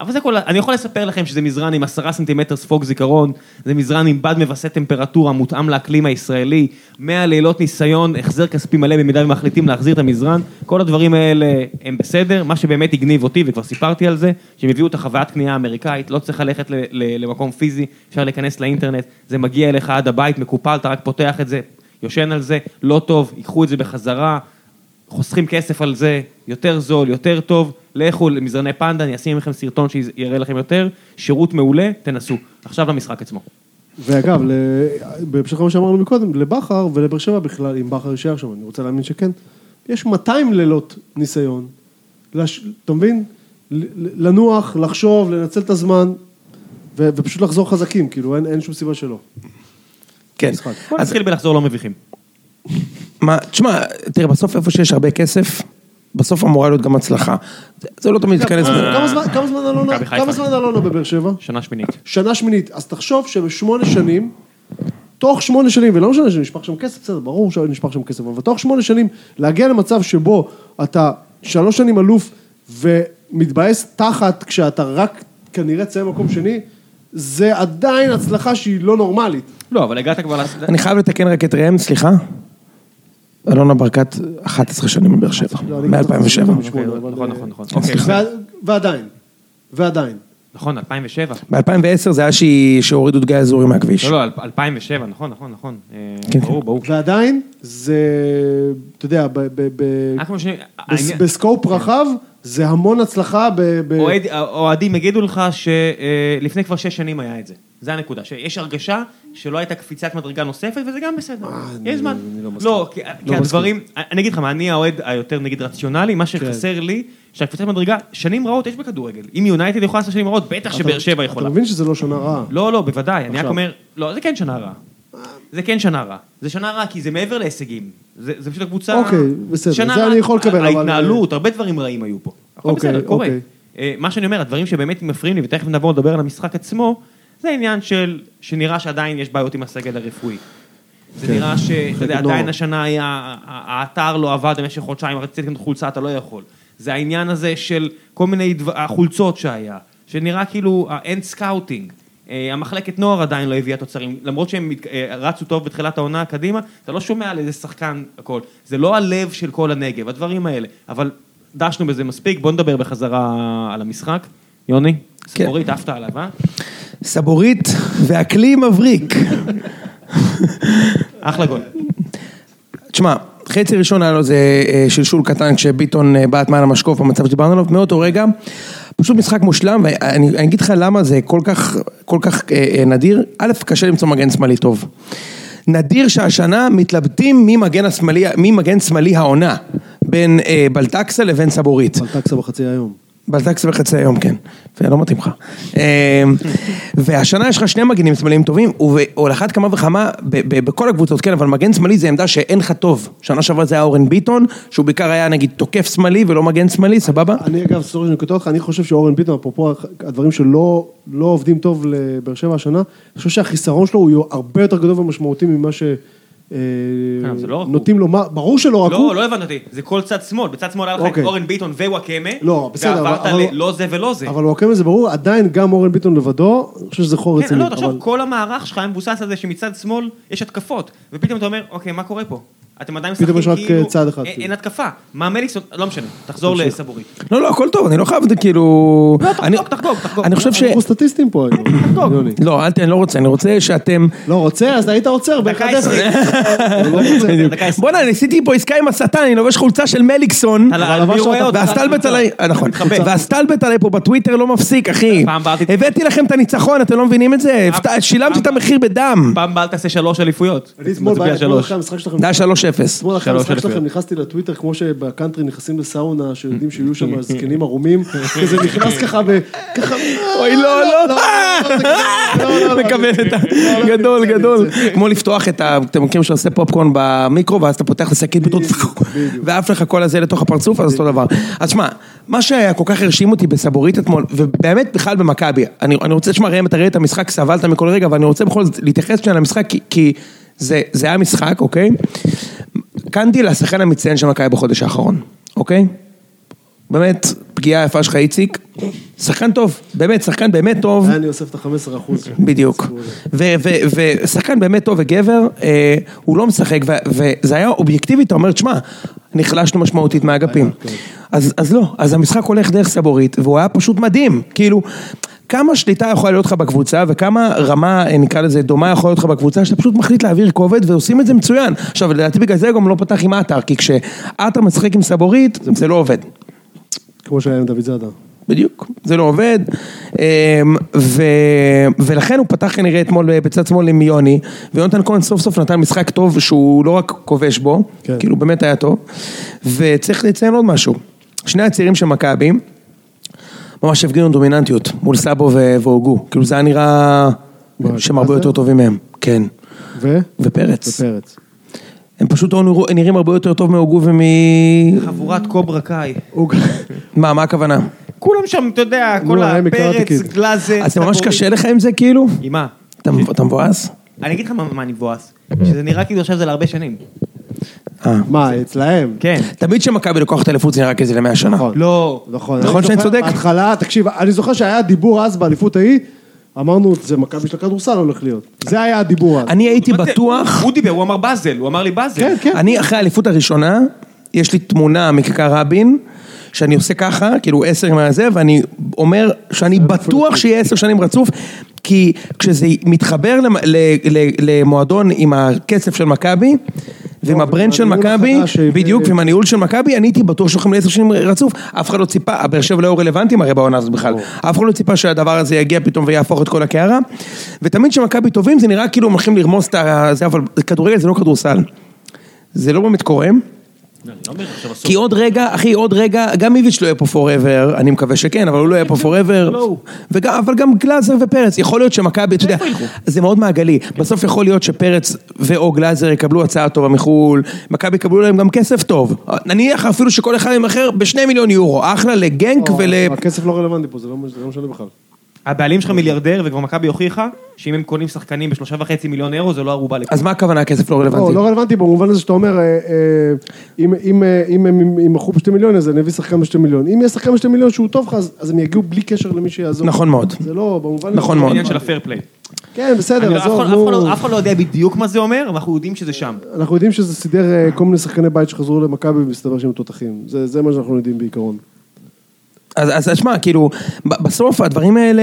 אבל זה כל, ה- אני יכול לספר לכם שזה מזרן עם עשרה סנטימטר ספוג זיכרון, זה מזרן עם בד מווסת טמפרטורה, מותאם לאקלים הישראלי, 100 לילות ניסיון, החזר כספי מלא במידה ומחליטים להחזיר את המזרן, כל הדברים האלה הם בסדר, מה שבאמת הגניב אותי, וכבר סיפרתי על זה, שהם הביאו את החוויית קנייה האמריקאית, לא צריך ללכת ל- ל- למקום פיזי, אפשר להיכנס לאינטרנט, זה מגיע אליך עד הבית, מקופל, אתה רק פותח את זה, יושן על זה, לא טוב, ייקחו את זה בחזרה, חוסכים כסף על זה, יותר זול, יותר טוב, לכו למזרני פנדה, אני אשים לכם סרטון שיראה לכם יותר, שירות מעולה, תנסו. עכשיו למשחק עצמו.
ואגב, ל- בהמשך למה שאמרנו מקודם, לבכר ולבאר שבע בכלל, אם בכר יישאר שם, אני רוצה להאמין שכן, יש 200 לילות ניסיון. לש... אתה מבין? ל- ל- לנוח, לחשוב, לנצל את הזמן, ו... ופשוט לחזור חזקים, כאילו, אין, אין שום סיבה שלא.
כן.
משחק.
בוא
אז
נתחיל בלחזור לא מביכים.
מה, תשמע, תראה, בסוף איפה שיש הרבה כסף, בסוף אמורה להיות גם הצלחה. זה- זה לא תמיד יתכנס...
נכון.
כמה- כמה זמן- כמה זמן אלונה-
מכבי חיפה.
כמה זמן אלונה בבאר שבע?
שנה שמינית.
שנה שמינית. אז תחשוב שבשמונה שנים, תוך שמונה שנים, ולא משנה שנשפך שם כסף, בסדר, ברור שנשפך שם כסף, אבל תוך שמונה שנים, להגיע למצב שבו אתה שלוש שנים אלוף ומתבאס תחת כשאתה רק כנראה תסיים מקום שני, זה עדיין הצלחה שהיא לא נורמלית.
לא, אבל הגעת כבר... לס-
אני חייב לתקן רק את ראם, סליחה. אלונה ברקת 11 שנים בבאר שבע,
לא, אני-
מ-2007.
אוקיי,
אבל- אה,
נכון, נכון, נכון.
אוקיי.
אוקיי.
וה- ועדיין, ועדיין.
נכון, 2007.
ב-2010 זה היה שהיא- שהורידו את גיא אזורי מהכביש.
לא, לא, אלפ- 2007, נכון, נכון, נכון. אה,
כן,
ברור,
כן.
ברור.
ועדיין, זה, אתה יודע, ב- ב- ב-
רק כמו ש...
בס-
העניין-
בסקופ רחב, זה המון הצלחה ב... ב-
אוהד- האוהדים יגידו לך שלפני כבר שש שנים היה את זה. זה הנקודה, שיש הרגשה שלא הייתה קפיצת מדרגה נוספת, וזה גם בסדר.
אה,
יש זמן. לא, כי כי הדברים, אני אגיד לך מה, אני האוהד היותר נגיד רציונלי, מה
כן.
שחסר לי, שהקפיצת מדרגה, שנים רעות יש בכדורגל. אם יונייטד יכולה לעשות שנים רעות, בטח שבאר שבע יכולה.
אתה מבין שזה לא שנה רעה.
לא, לא, בוודאי, אני רק
עכשיו.
אומר, לא, זה כן שנה רעה. זה כן שנה רעה. זה שנה רעה כי זה מעבר להישגים. זה זה פשוט הקבוצה...
אוקיי, בסדר,
שנה
זה
רעה,
אני יכול לקבל, אבל-
ההתנהלות, הרבה דברים רעים היו פה. הכל
אוקיי,
בסדר, קורה.
אוקיי.
אה, מה שאני אומר, הדברים שבאמת מפריעים לי, ותכף נבוא לדבר על המשחק עצמו, זה עניין של, שנראה שעדיין יש בעיות עם הסגל הרפואי. זה
כן,
נראה ש... אתה יודע,
נורא.
עדיין השנה היה, ה- האתר לא עבד במשך חודשיים, רצית לקנות חולצה, אתה לא יכול. זה העניין הזה של כל מיני דבר, החולצות שהיה, שנראה כאילו אה, אין סקאוטינג. אה, המחלקת נוער עדיין לא הביאה תוצרים, למרות שהם מת- אה, רצו טוב בתחילת העונה קדימה, אתה לא שומע על איזה שחקן הכל. זה לא הלב של כל הנגב, הדברים האלה. אבל דשנו בזה מספיק, בוא נדבר בחזרה על המשחק. יוני,
כן.
סבורית, עפת עליו, אה?
סבורית והכלי מבריק.
אחלה גול.
תשמע, חצי ראשון היה לו איזה אה, שלשול קטן כשביטון אה, בעט מעל המשקוף במצב שדיברנו עליו, מאותו רגע, פשוט משחק מושלם, ואני אני אגיד לך למה זה כל כך, כל כך אה, אה, נדיר, א', קשה למצוא מגן שמאלי טוב. נדיר שהשנה מתלבטים מי מגן, השמאלי, מי מגן שמאלי העונה, בין אה, בלטקסה לבין סבורית.
פלטקסה לא, בחצי היום.
בלטקס בחצי היום, כן. ולא מתאים לך. אה, והשנה יש לך שני מגנים שמאליים טובים, ועל אחת כמה וכמה ב- ב- בכל הקבוצות, כן, אבל מגן שמאלי זה עמדה שאין לך טוב. שנה שעברה זה היה אורן ביטון, שהוא בעיקר היה נגיד תוקף שמאלי ולא מגן שמאלי, סבבה?
אני אגב, סורי שאני קוטע אותך, אני חושב שאורן ביטון, אפרופו הדברים שלא לא עובדים טוב לבאר שבע השנה, אני חושב שהחיסרון שלו הוא הרבה יותר גדול ומשמעותי ממה ש... אה,
אה, זה לא רק הוא.
נותנים לו, מה- ברור שלא רק
לא,
הוא,
לא הבנת אותי, זה כל צד שמאל, בצד שמאל היה לך את
אוקיי.
אורן ביטון ווואקמה,
לא, בסדר,
ועברת
אבל- אבל-
ללא זה ולא זה.
אבל וואקמה זה ברור, עדיין גם אורן ביטון לבדו, אני חושב שזה חור
כן,
רציני,
לא, תחשוב,
אבל-
כל המערך שלך היה מבוסס על זה שמצד שמאל יש התקפות, ופתאום אתה אומר, אוקיי, מה קורה פה? אתם עדיין
פתאום
משחקים
יש רק,
כאילו,
אה, צעד אחד,
אין-
כאילו.
אין התקפה. מה מליקסון, לא משנה, תחזור לסבורי.
לא, לא, הכל טוב, אני לא חייב, זה כאילו...
לא, תחגוג,
אני-
תחגוג, תחגוג. לא,
אני חושב ש...
אנחנו סטטיסטים
*coughs*
פה היום, יוני.
לא, אל תן, אני לא רוצה, אני רוצה שאתם...
לא רוצה, אז היית עוצר
דקה
ב-11.
עשרים.
הוא לא
*laughs*
רוצה.
דקה עשרים.
בואנה, ניסיתי פה עסקה עם השטן, אני לובש חולצה של מליקסון.
אבל
אבל
מי
לבשת
רואה
אותה.
אותך?
והסטלבט עליי, אה, נכון,
מתחבא.
והסטלבט עליי פה בטוויטר לא מפסיק, אחי.
פעם הבאה תת-
הבאתי לכם את הניצחון, אתם לא מבינים את זה? הפת-
פעם-
שילמתי את
פעם-
המחיר בדם.
פעם הבאה אל תעשה שלוש אליפויות.
אני אתמול
מצביע
בערב, לא אתמול
שלוש.
אחרי המשחק שלכם,
זה היה 3-0.
אתמול אחרי
שלוש
המשחק
אלף
שלכם
יורו.
נכנסתי לטוויטר, כמו שבקאנטרי נכנסים לסאונה, שיודעים שיהיו שם זקנים ערומים, *laughs* כזה נכנס ככה ו... ככה...
אוי, לא, לא, לא, מקבל את ה... גדול, גדול. כמו לפתוח את ה... אתם מכירים שעושה פופקורן במיקרו, ואז אתה פותח את השקית בטוח, ועף לך כל הזה לתוך הפרצוף, אז אותו דבר. אז שמע, מה שהיה כל כך הרשים אותי בסבורית אתמול, ובאמת בכלל במכבי, אני אני רוצה, שמע, ראם, אתה ראית את המשחק, סבלת מכל רגע, אבל אני רוצה בכל זאת להתייחס שנייה למשחק, כי- כי זה זה היה משחק, אוקיי? קנדיל, השחקן המצטיין של מכבי בחודש האחרון, אוקיי? באמת, פגיעה יפה שלך, איציק. שחקן טוב, באמת, שחקן באמת טוב.
היה אני אוסף את ה-15 אחוז.
בדיוק. ושחקן באמת טוב וגבר, אה, הוא לא משחק, ו- וזה היה אובייקטיבי, אתה אומר, תשמע, נחלשנו משמעותית מהאגפים. אז, אז לא, אז המשחק הולך דרך סבורית, והוא היה פשוט מדהים, כאילו... כמה שליטה יכולה להיות לך בקבוצה, וכמה רמה, אה, נקרא לזה, דומה יכולה להיות לך בקבוצה, שאתה פשוט מחליט להעביר כובד, ועושים את זה מצוין. עכשיו, לדעתי בגלל זה גם לא פתח עם עטר, כי כשעטר משחק עם סבורית, זה לא עובד.
כמו שהיה עם דוד זאדה.
בדיוק, זה לא עובד, אמ, ו... ולכן הוא פתח כנראה אתמול אה, בצד שמאל עם יוני, ויונתן כהן סוף סוף נתן משחק טוב שהוא לא רק כובש בו,
כן.
כאילו באמת היה טוב, וצריך לציין עוד משהו, שני הצעירים של מכבי, ממש הפגינו דומיננטיות מול סאבו ו- והוגו, כאילו זה היה נראה
מה,
שהם הרבה
זה?
יותר טובים מהם, כן,
ו?
ופרץ,
ופרץ.
הם פשוט לא נראו- נראים הרבה יותר טוב מהוגו ומ...
חבורת קוברה קאי.
הוא-
מה, מה הכוונה?
כולם שם, אתה יודע, כל
נו, כאילו. הם
הפרץ,
מקרטיקים.
גלאזר.
אז זה ממש
סבורית.
קשה לך עם זה כאילו?
עם מה?
אה.
אתה אתה מבואס?
אני אגיד לך מה מה אני מבואס, שזה נראה כאילו עכשיו זה להרבה שנים.
אה.
*laughs* מה, אצלהם?
כן.
תמיד כשמכבי לוקחת אליפות זה נראה כזה למאה שנה.
נכון.
לא.
נכון.
נכון
אני
שאני
זוכר
צודק?
בהתחלה, תקשיב, אני זוכר שהיה דיבור אז באליפות ההיא, אמרנו, זה מכבי של הכדורסל הולך להיות. זה היה הדיבור אז.
אני הייתי
מה זה?
בטוח,
הוא דיבר, הוא אמר באזל, הוא אמר לי באזל.
כן, כן.
אני אחרי האליפות הראשונה, יש לי תמונה מכיכר רבין, שאני עושה ככה, כאילו עשר עם הזה, ואני אומר שאני בטוח שיהיה עשר שנים רצוף, כי כשזה מתחבר למ- ל- ל- למועדון עם הכסף של מכבי, ועם
לא,
הברנד של
והניהול
מכבי,
החדש אה, שהביא-
בדיוק, ועם הניהול של מכבי, אני הייתי בטוח שהולכים לעשר שנים רצוף, אף אחד לא ציפה, הבאר שבע לא היו רלוונטיים הרי בעונה הזאת בכלל, אף אחד לא ציפה שהדבר הזה יגיע פתאום ויהפוך את כל הקערה, ותמיד כשמכבי טובים זה נראה כאילו הם הולכים לרמוס את ה- זה, אבל כדורגל זה לא כדורסל. זה לא באמת קורה. כי עוד רגע, אחי, עוד רגע, גם איביץ' לא יהיה פה forever, אני מקווה שכן, אבל הוא לא יהיה פה forever. וגם- אבל גם גלאזר ופרץ, יכול להיות שמכבי, אתה יודע, זה מאוד מעגלי. בסוף יכול להיות שפרץ ואו גלאזר יקבלו הצעה טובה מחו"ל, מכבי יקבלו להם גם כסף טוב. נניח אפילו שכל אחד ימכר בשני מיליון יורו, אחלה לגנק
או,
ול...
הכסף לא רלוונטי פה, זה לא זה לא משנה בכלל.
הבעלים שלך מיליארדר, וכבר מכבי הוכיחה, שאם הם קונים שחקנים בשלושה וחצי מיליון אירו, זה לא ערובה לכ...
אז מה הכוונה הכסף לא
לא,
רלוונטי?
לא רלוונטי במובן הזה שאתה אומר, אה, אה, אם- אם אה, אם הם ימכרו בשתי מיליון, אז אני אביא שחקן בשתי מיליון. אם יהיה שחקן בשתי מיליון שהוא טוב לך, אז אז הם יגיעו בלי קשר למי שיעזור.
נכון מאוד.
זה לא, במובן...
נכון
הזה-
מאוד.
עניין של הפייר פליי.
כן, בסדר,
אני- אף אחד-
עזוב,
אף אחד
נו.
לא- אף אחד לא יודע בדיוק מה זה אומר, אבל אנחנו יודעים שזה שם.
אנחנו יודעים שזה סידר אה, כל מיני שחקני בית שחזרו למכבי ומסתבר שהם תותחים. זה זה מה שאנחנו יודעים בעיקרון.
אז, אז, אז שמע, כאילו, ב- בסוף הדברים האלה,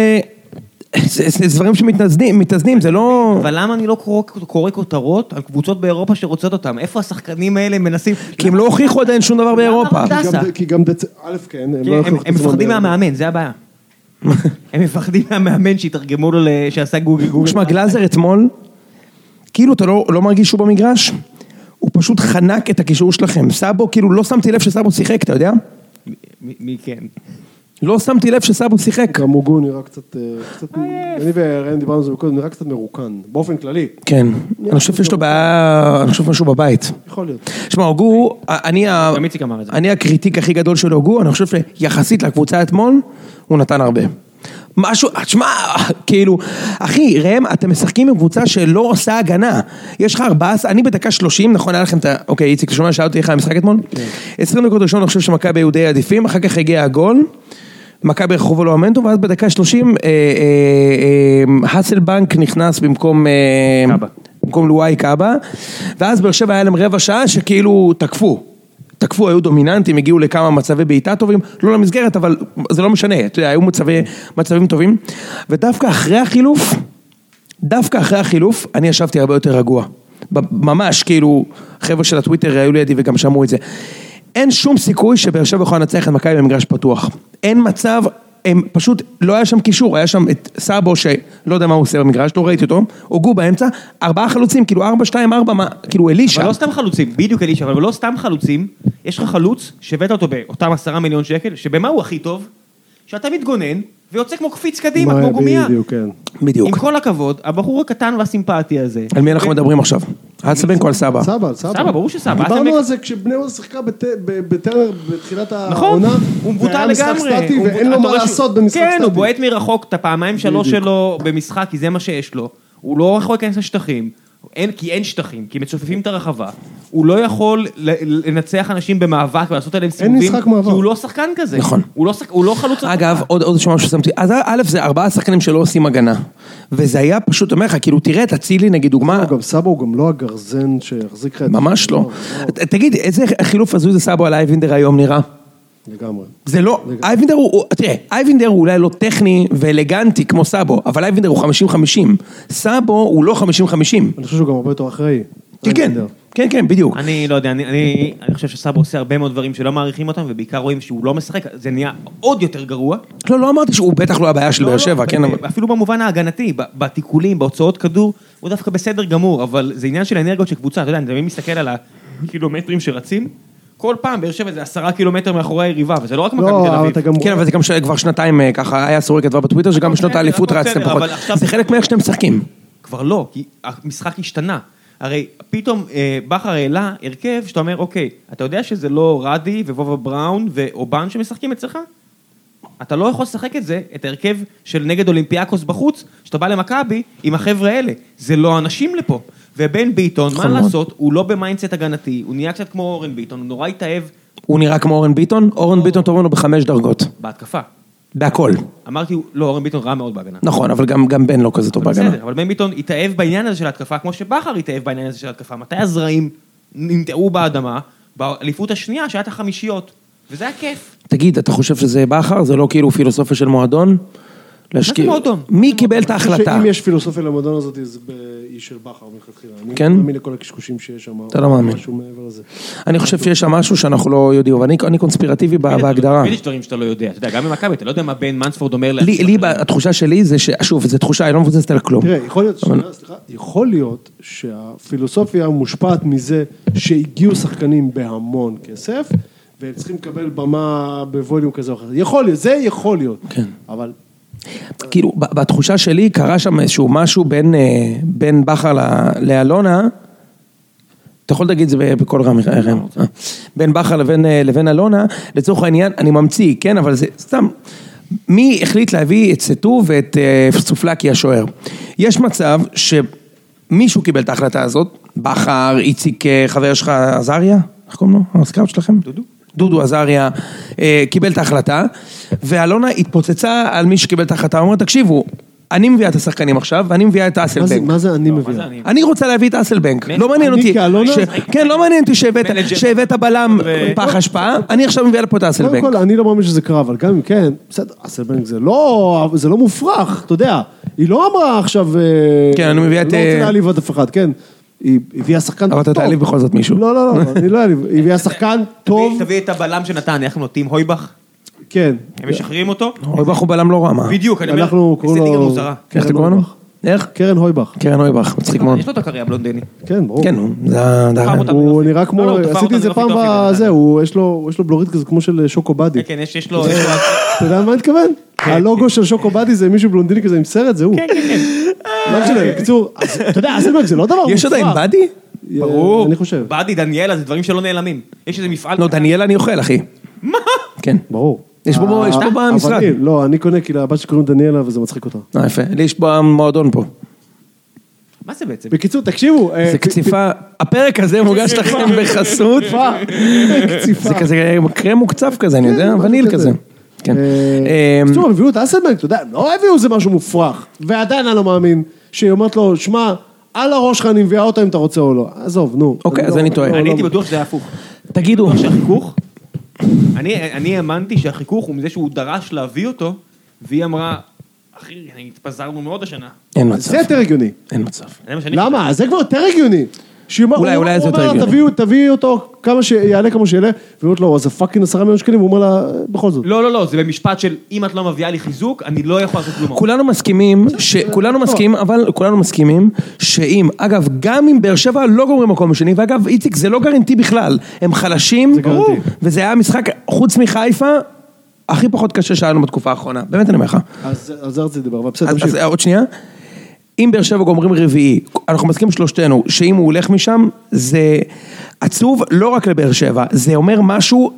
זה, זה דברים שמתאזנים, מתאזנים, זה לא...
אבל למה אני לא קורא- קורא כותרות על קבוצות באירופה שרוצות אותם? איפה השחקנים האלה מנסים...
כי הם לא הוכיחו עדיין שום דבר באירופה.
למה
כי
הדסה?
גם- כי גם דצ... א', כן, הם
כן,
לא
הם-
יכולים
הם מפחדים מהמאמן, זה הבעיה. הם מפחדים מהמאמן שיתרגמו לו, ל- שעשה גוגל גוגל.
שמע, גלאזר אתמול, כאילו אתה לא, לא מרגיש שהוא במגרש, הוא פשוט חנק את הקישור שלכם. סאבו, כאילו לא שמתי לב שסאבו שיחק, אתה יודע?
מ- מי כן?
לא שמתי לב שסאבו שיחק.
גם הוגו נראה קצת, אה, קצת, אני ואראם דיברנו על זה קודם, נראה קצת מרוקן, באופן כללי,
כן, אני חושב שיש לו בעיה, אני חושב משהו בבית.
יכול להיות.
שמע, הוגו, אני, ה-
גם איציק אמר את זה.
אני הקריטיק הכי גדול של הוגו, אני חושב שיחסית לקבוצה אתמול, הוא נתן הרבה. משהו, תשמע, כאילו, אחי, ראם, אתם משחקים עם קבוצה שלא עושה הגנה. יש לך ארבעה, אני בדקה שלושים, נכון, היה לכם את ה... אוקיי, איציק, שומע, שאל אותי איך היה המשחק אתמול?
כן.
עשרים דקות ראשון, אני חושב שמכבי היו די עדיפים, אחר כך הגיע הגול, מכבי רחובו לא המנטום, ואז בדקה שלושים, אה, אה, אה, האסלבנק נכנס במקום... אה,
קאבה.
במקום לואי קאבה, ואז באר שבע היה להם רבע שעה שכאילו תקפו. תקפו, היו דומיננטים, הגיעו לכמה מצבי בעיטה טובים, לא למסגרת, אבל זה לא משנה, אתה יודע, היו מצבי, מצבים טובים. ודווקא אחרי החילוף, דווקא אחרי החילוף, אני ישבתי הרבה יותר רגוע. ב- ממש, כאילו, חבר'ה של הטוויטר היו לידי וגם שמעו את זה. אין שום סיכוי שבאר שבע יכולה לנצח את מכבי במגרש פתוח. אין מצב, הם פשוט, לא היה שם קישור, היה שם את סאבו שלא יודע מה הוא עושה במגרש, לא ראיתי אותו, הוגו באמצע, ארבעה חלוצים, כאילו ארבע, שתיים, ארבע, מה, כאילו אלישע.
אבל לא סתם חלוצים, בדיוק אלישע, אבל לא סתם חלוצים, יש לך חלוץ שהבאת אותו באותם עשרה מיליון שקל, שבמה הוא הכי טוב? שאתה מתגונן ויוצא כמו קפיץ קדימה,
מה,
כמו גומייה.
בדיוק, כן.
בדיוק.
עם כל הכבוד, הבחור הקטן והסימפטי הזה.
על מי אנחנו מדברים עכשיו? האסלבנק או על סבא?
סבא, סבא.
סבא, ברור שסבא.
דיברנו
אסלבנק-
על זה כשבני יהודה שיחקה בת- ב- בטרנר בתחילת
נכון,
העונה.
הוא
והיה
מבוטל
משחק
לגמרי.
סטטי
הוא-
ואין לו
אתה
מה
רואה שהוא-
לעשות במשחק סטטי.
כן, הוא בועט מרחוק את הפעמיים שלוש שלו במשחק, כי זה מה שיש לו. הוא לא יכול להיכנס לשטחים, אין, כי אין שטחים, כי מצופפים את הרחבה. הוא לא יכול ל- לנצח אנשים במאבק ולעשות עליהם סיבובים,
משחק
כי
מעבר.
הוא לא שחקן כזה.
נכון.
הוא לא, שחק, הוא לא חלוץ...
אגב, עוד עוד משהו ששמתי, אז א', זה ארבעה שחקנים שלא עושים הגנה. וזה היה פשוט, אומר לך, כאילו, תראה את אצילי נגיד, דוגמה,
הוא גם סבא הוא גם לא הגרזן שיחזיק לך את...
ממש לא.
לא,
ת- תגיד, איזה חילוף הזוי זה סאבו על אייבינדר היום נראה?
לגמרי.
זה לא, אייבינדר הוא, הוא- תראה, אייבינדר הוא אולי לא טכני ואלגנטי כמו סאבו, אבל אייבינדר הוא 50-50. סאבו הוא לא 50-50.
אני חושב שהוא גם הרבה יותר אחראי.
כן, כן,
אייבנדר.
כן, כן, בדיוק.
אני לא יודע, אני, אני, אני חושב שסבא עושה הרבה מאוד דברים שלא מעריכים אותם, ובעיקר רואים שהוא לא משחק, זה נהיה עוד יותר גרוע.
לא, לא אמרתי שהוא בטח לא הבעיה של
לא,
באר
לא,
שבע,
ב-
כן,
ב-
אבל...
אפילו במובן ההגנתי, ב- בתיקולים, בהוצאות כדור, הוא דווקא בסדר גמור, אבל זה עניין של אנרגיות של קבוצה, אתה יודע, אני תמיד מסתכל על הקילומטרים שרצים, כל פעם באר שבע זה עשרה קילומטר מאחורי היריבה, וזה לא רק מכבי
לא,
תל
אבל
אביב.
אתה גם...
כן, אבל זה גם ש- כבר שנתיים אה, ככה, היה סורי כתבה בטוויטר שגם בשנות
בסדר,
האליפות
הכל
רצתם
בסדר,
פחות.
אבל עכשיו-
זה חלק מאיך שאתם משחקים.
כבר לא, כי המשחק השתנה. הרי פתאום אה, בכר העלה הרכב שאתה אומר, אוקיי, אתה יודע שזה לא רדי ובובה בראון ואובן שמשחקים אצלך? אתה לא יכול לשחק את זה, את ההרכב של נגד אולימפיאקוס בחוץ, שאתה בא למכבי עם החבר'ה האלה. זה לא אנשים לפה. ובן ביטון, מה
נכון מאוד.
לעשות, הוא לא במיינדסט הגנתי, הוא נהיה קצת כמו אורן ביטון, הוא נורא התאהב
הוא נראה כמו אורן ביטון,
לא.
אורן ביטון טוב לנו בחמש דרגות.
בהתקפה.
בהכל.
אמרתי, לא, אורן ביטון רע מאוד בהגנה.
נכון, אבל גם- גם בן לא כזה טוב בהגנה.
בסדר, אבל בן ביטון התאהב בעניין הזה של ההתקפה, כמו שבכר התאהב בעניין הזה של ההתקפה. מתי הזרעים ננטעו באדמה? באליפות השנייה, שהיה את החמישיות. וזה היה כיף.
תגיד, אתה חושב שזה בכר? זה לא כאילו פילוסופיה של מועדון? להשקיע-
מועדון?
מי קיבל את ההחלטה?
שאם יש פילוסופיה למועדון הזאת, זה ב- היא של בכר מלכתחילה.
כן?
אני מאמין לכל הקשקושים שיש שם.
אתה לא מאמין.
משהו מעבר לזה.
אני חושב שיש שם משהו שאנחנו לא יודעים, אבל אני- אני קונספירטיבי בה- בהגדרה.
יש דברים שאתה לא יודע. אתה יודע, גם במכבי, אתה לא יודע מה בן מנספורד אומר
לי, לי, התחושה שלי זה ש... שוב, זו תחושה, היא לא מבוססת על כלום.
תראה, יכול להיות, שנייה, סליחה, יכול להיות שהפילוסופיה מושפעת מזה שהגיעו שחקנים בהמון כסף, והם צריכים לקבל במה בווליום כזה או אחר. יכול להיות, זה יכול להיות. כן. אבל
כאילו, ב- בתחושה שלי קרה שם איזשהו משהו בין, אה, בין בכר ל- לאלונה, אתה יכול להגיד את זה ב- בקול רם, ראם, אה. בין בכר לבין, אה, לבין אלונה, לצורך העניין, אני ממציא, כן, אבל זה סתם, מי החליט להביא את סטו ואת אה, סופלקי השוער? יש מצב שמישהו קיבל את ההחלטה הזאת, בכר, איציק, אה, חבר שלך, עזריה, איך קוראים לו? הסקאוט שלכם? דודו. דודו עזריה אה, קיבל את ההחלטה, ואלונה התפוצצה על מי שקיבל את ההחלטה, הוא אומר, תקשיבו, אני מביאה את השחקנים עכשיו, ואני מביאה את
מה זה-
האסלבנק.
מה זה אני
לא, מה
מבין?
זה אני?
אני רוצה להביא את אסלבנק,
מי?
לא מעניין
אני
אותי,
כאלונה?
ש- כן לא מעניין אותי שהבאת-
מנג'ר.
שהבאת בלם
ו-
פח אשפה, אני עכשיו מביא לפה את
קודם
אסלבנק.
כל, אני לא מאמין שזה קרה, אבל גם אם כן, בסדר, אסלבנק זה לא, זה לא מופרך, אתה יודע. היא לא אמרה עכשיו... אה,
כן, אני מביאה את,
לא
אה,
רוצה להעליב אף אחד, כן. היא הביאה שחקן טוב.
אבל אתה תעליב בכל זאת מישהו.
לא, לא, לא, אני לא אעליב.
*laughs*
היא הביאה שחקן טוב,
תביא את הבלם שנתן, איך נוטים הויבך?
כן.
הם משחררים אותו?
אוי, בחור בלם לא רע, מה?
בדיוק, אני אומר,
אנחנו קוראים
אסתטיקה
לו...
מוזרה.
איך אתה קורא לו?
אורבך.
איך?
קרן הויבך.
קרן אויבך, מצחיק מאוד.
יש לו את הקריירה בלונדיני.
כן, ברור.
כן, נו, זה ה... זה ה-
פעם אה, אותה-
הוא
יופי.
נראה כמו,
לא, לא, הוא תפר
עשיתי
אותנו
את זה
יופי
פעם
טוב, יונתן.
בזה, הוא- יש לו יש לו בלורית כזה כמו של שוקו באדי.
כן, כן, יש- יש לו... יש לו-
אתה יודע על מה אני מתכוון? הלוגו של שוקו באדי זה מישהו בלונדיני כזה עם סרט, זה הוא.
כן, כן, כן.
לא משנה, בקיצור, אז אתה יודע, אסלבנק זה לא דבר מופרך.
יש עדיין באדי?
אה,
ברור.
אני חושב.
באדי, דניאלה, זה דברים שלא נעלמים. יש איזה מפעל...
לא, דניאלה אני אוכל, אחי.
מה?
כן.
ברור.
יש פה-
אה,
יש פה
אבל
במשרד.
אין, לא, אני קונה כי לבת שקוראים דניאלה וזה מצחיק אותה.
אה, יפה. לי יש במועדון פה.
מה זה בעצם?
בקיצור, תקשיבו. אה,
זה
פ-
קציפה, הפרק הזה מוגש לכם בחסות.
פ- *laughs* קציפה.
זה כזה קרם מוקצב כזה, אני יודע,
משהו
וניל
כזה.
כזה. כן.
אה,
אמ,
בקיצור, הם הביאו את אסלבנק, אתה יודע, הם לא הביאו איזה משהו מופרך. ועדיין אני לא מאמין שהיא אומרת לו, שמע, על הראש שלך אני מביאה אותה אם אתה רוצה או לא. עזוב, נו.
אוקיי, אז
לא-
אני טועה.
לא-
אני
לא-
הייתי בטוח שזה היה הפוך.
תגידו,
שהחיכוך, אני, אני האמנתי שהחיכוך הוא מזה שהוא דרש להביא אותו, והיא אמרה, אחי, אני- התפזרנו מאוד השנה.
אין מצב,
זה יותר הגיוני.
אין מצב.
זה מה שאני
למה? זה כבר יותר הגיוני. שימה,
אולי-
הוא,
אולי
הוא
זה יותר
אומר לה,
הגיוני.
תביאו, תביאו אותו כמה שיעלה כמה שיעלה, ואומרת לו, אז זה פאקינג עשרה מיליון שקלים, והוא אומר לה, בכל זאת.
לא, לא, לא, זה במשפט של אם את לא מביאה לי חיזוק, אני לא יכול לעשות כלום.
כולנו מסכימים, לא. ש- כולנו מסכימים, אבל כולנו מסכימים שאם, אגב, גם אם באר שבע לא גומרים מקום שני, ואגב, איציק, זה לא גרנטי בכלל, הם חלשים,
גרנטי.
וזה היה משחק, חוץ מחיפה, הכי פחות קשה שהיה לנו בתקופה האחרונה, באמת אני אומר לך.
אז על זה רציתי לדבר, אבל בסדר,
אז,
תמשיך.
אז אה, עוד שנייה. אם באר שבע גומרים רביעי, אנחנו מסכימים שלושתנו, שאם הוא הולך משם, זה עצוב לא רק לבאר שבע, זה אומר משהו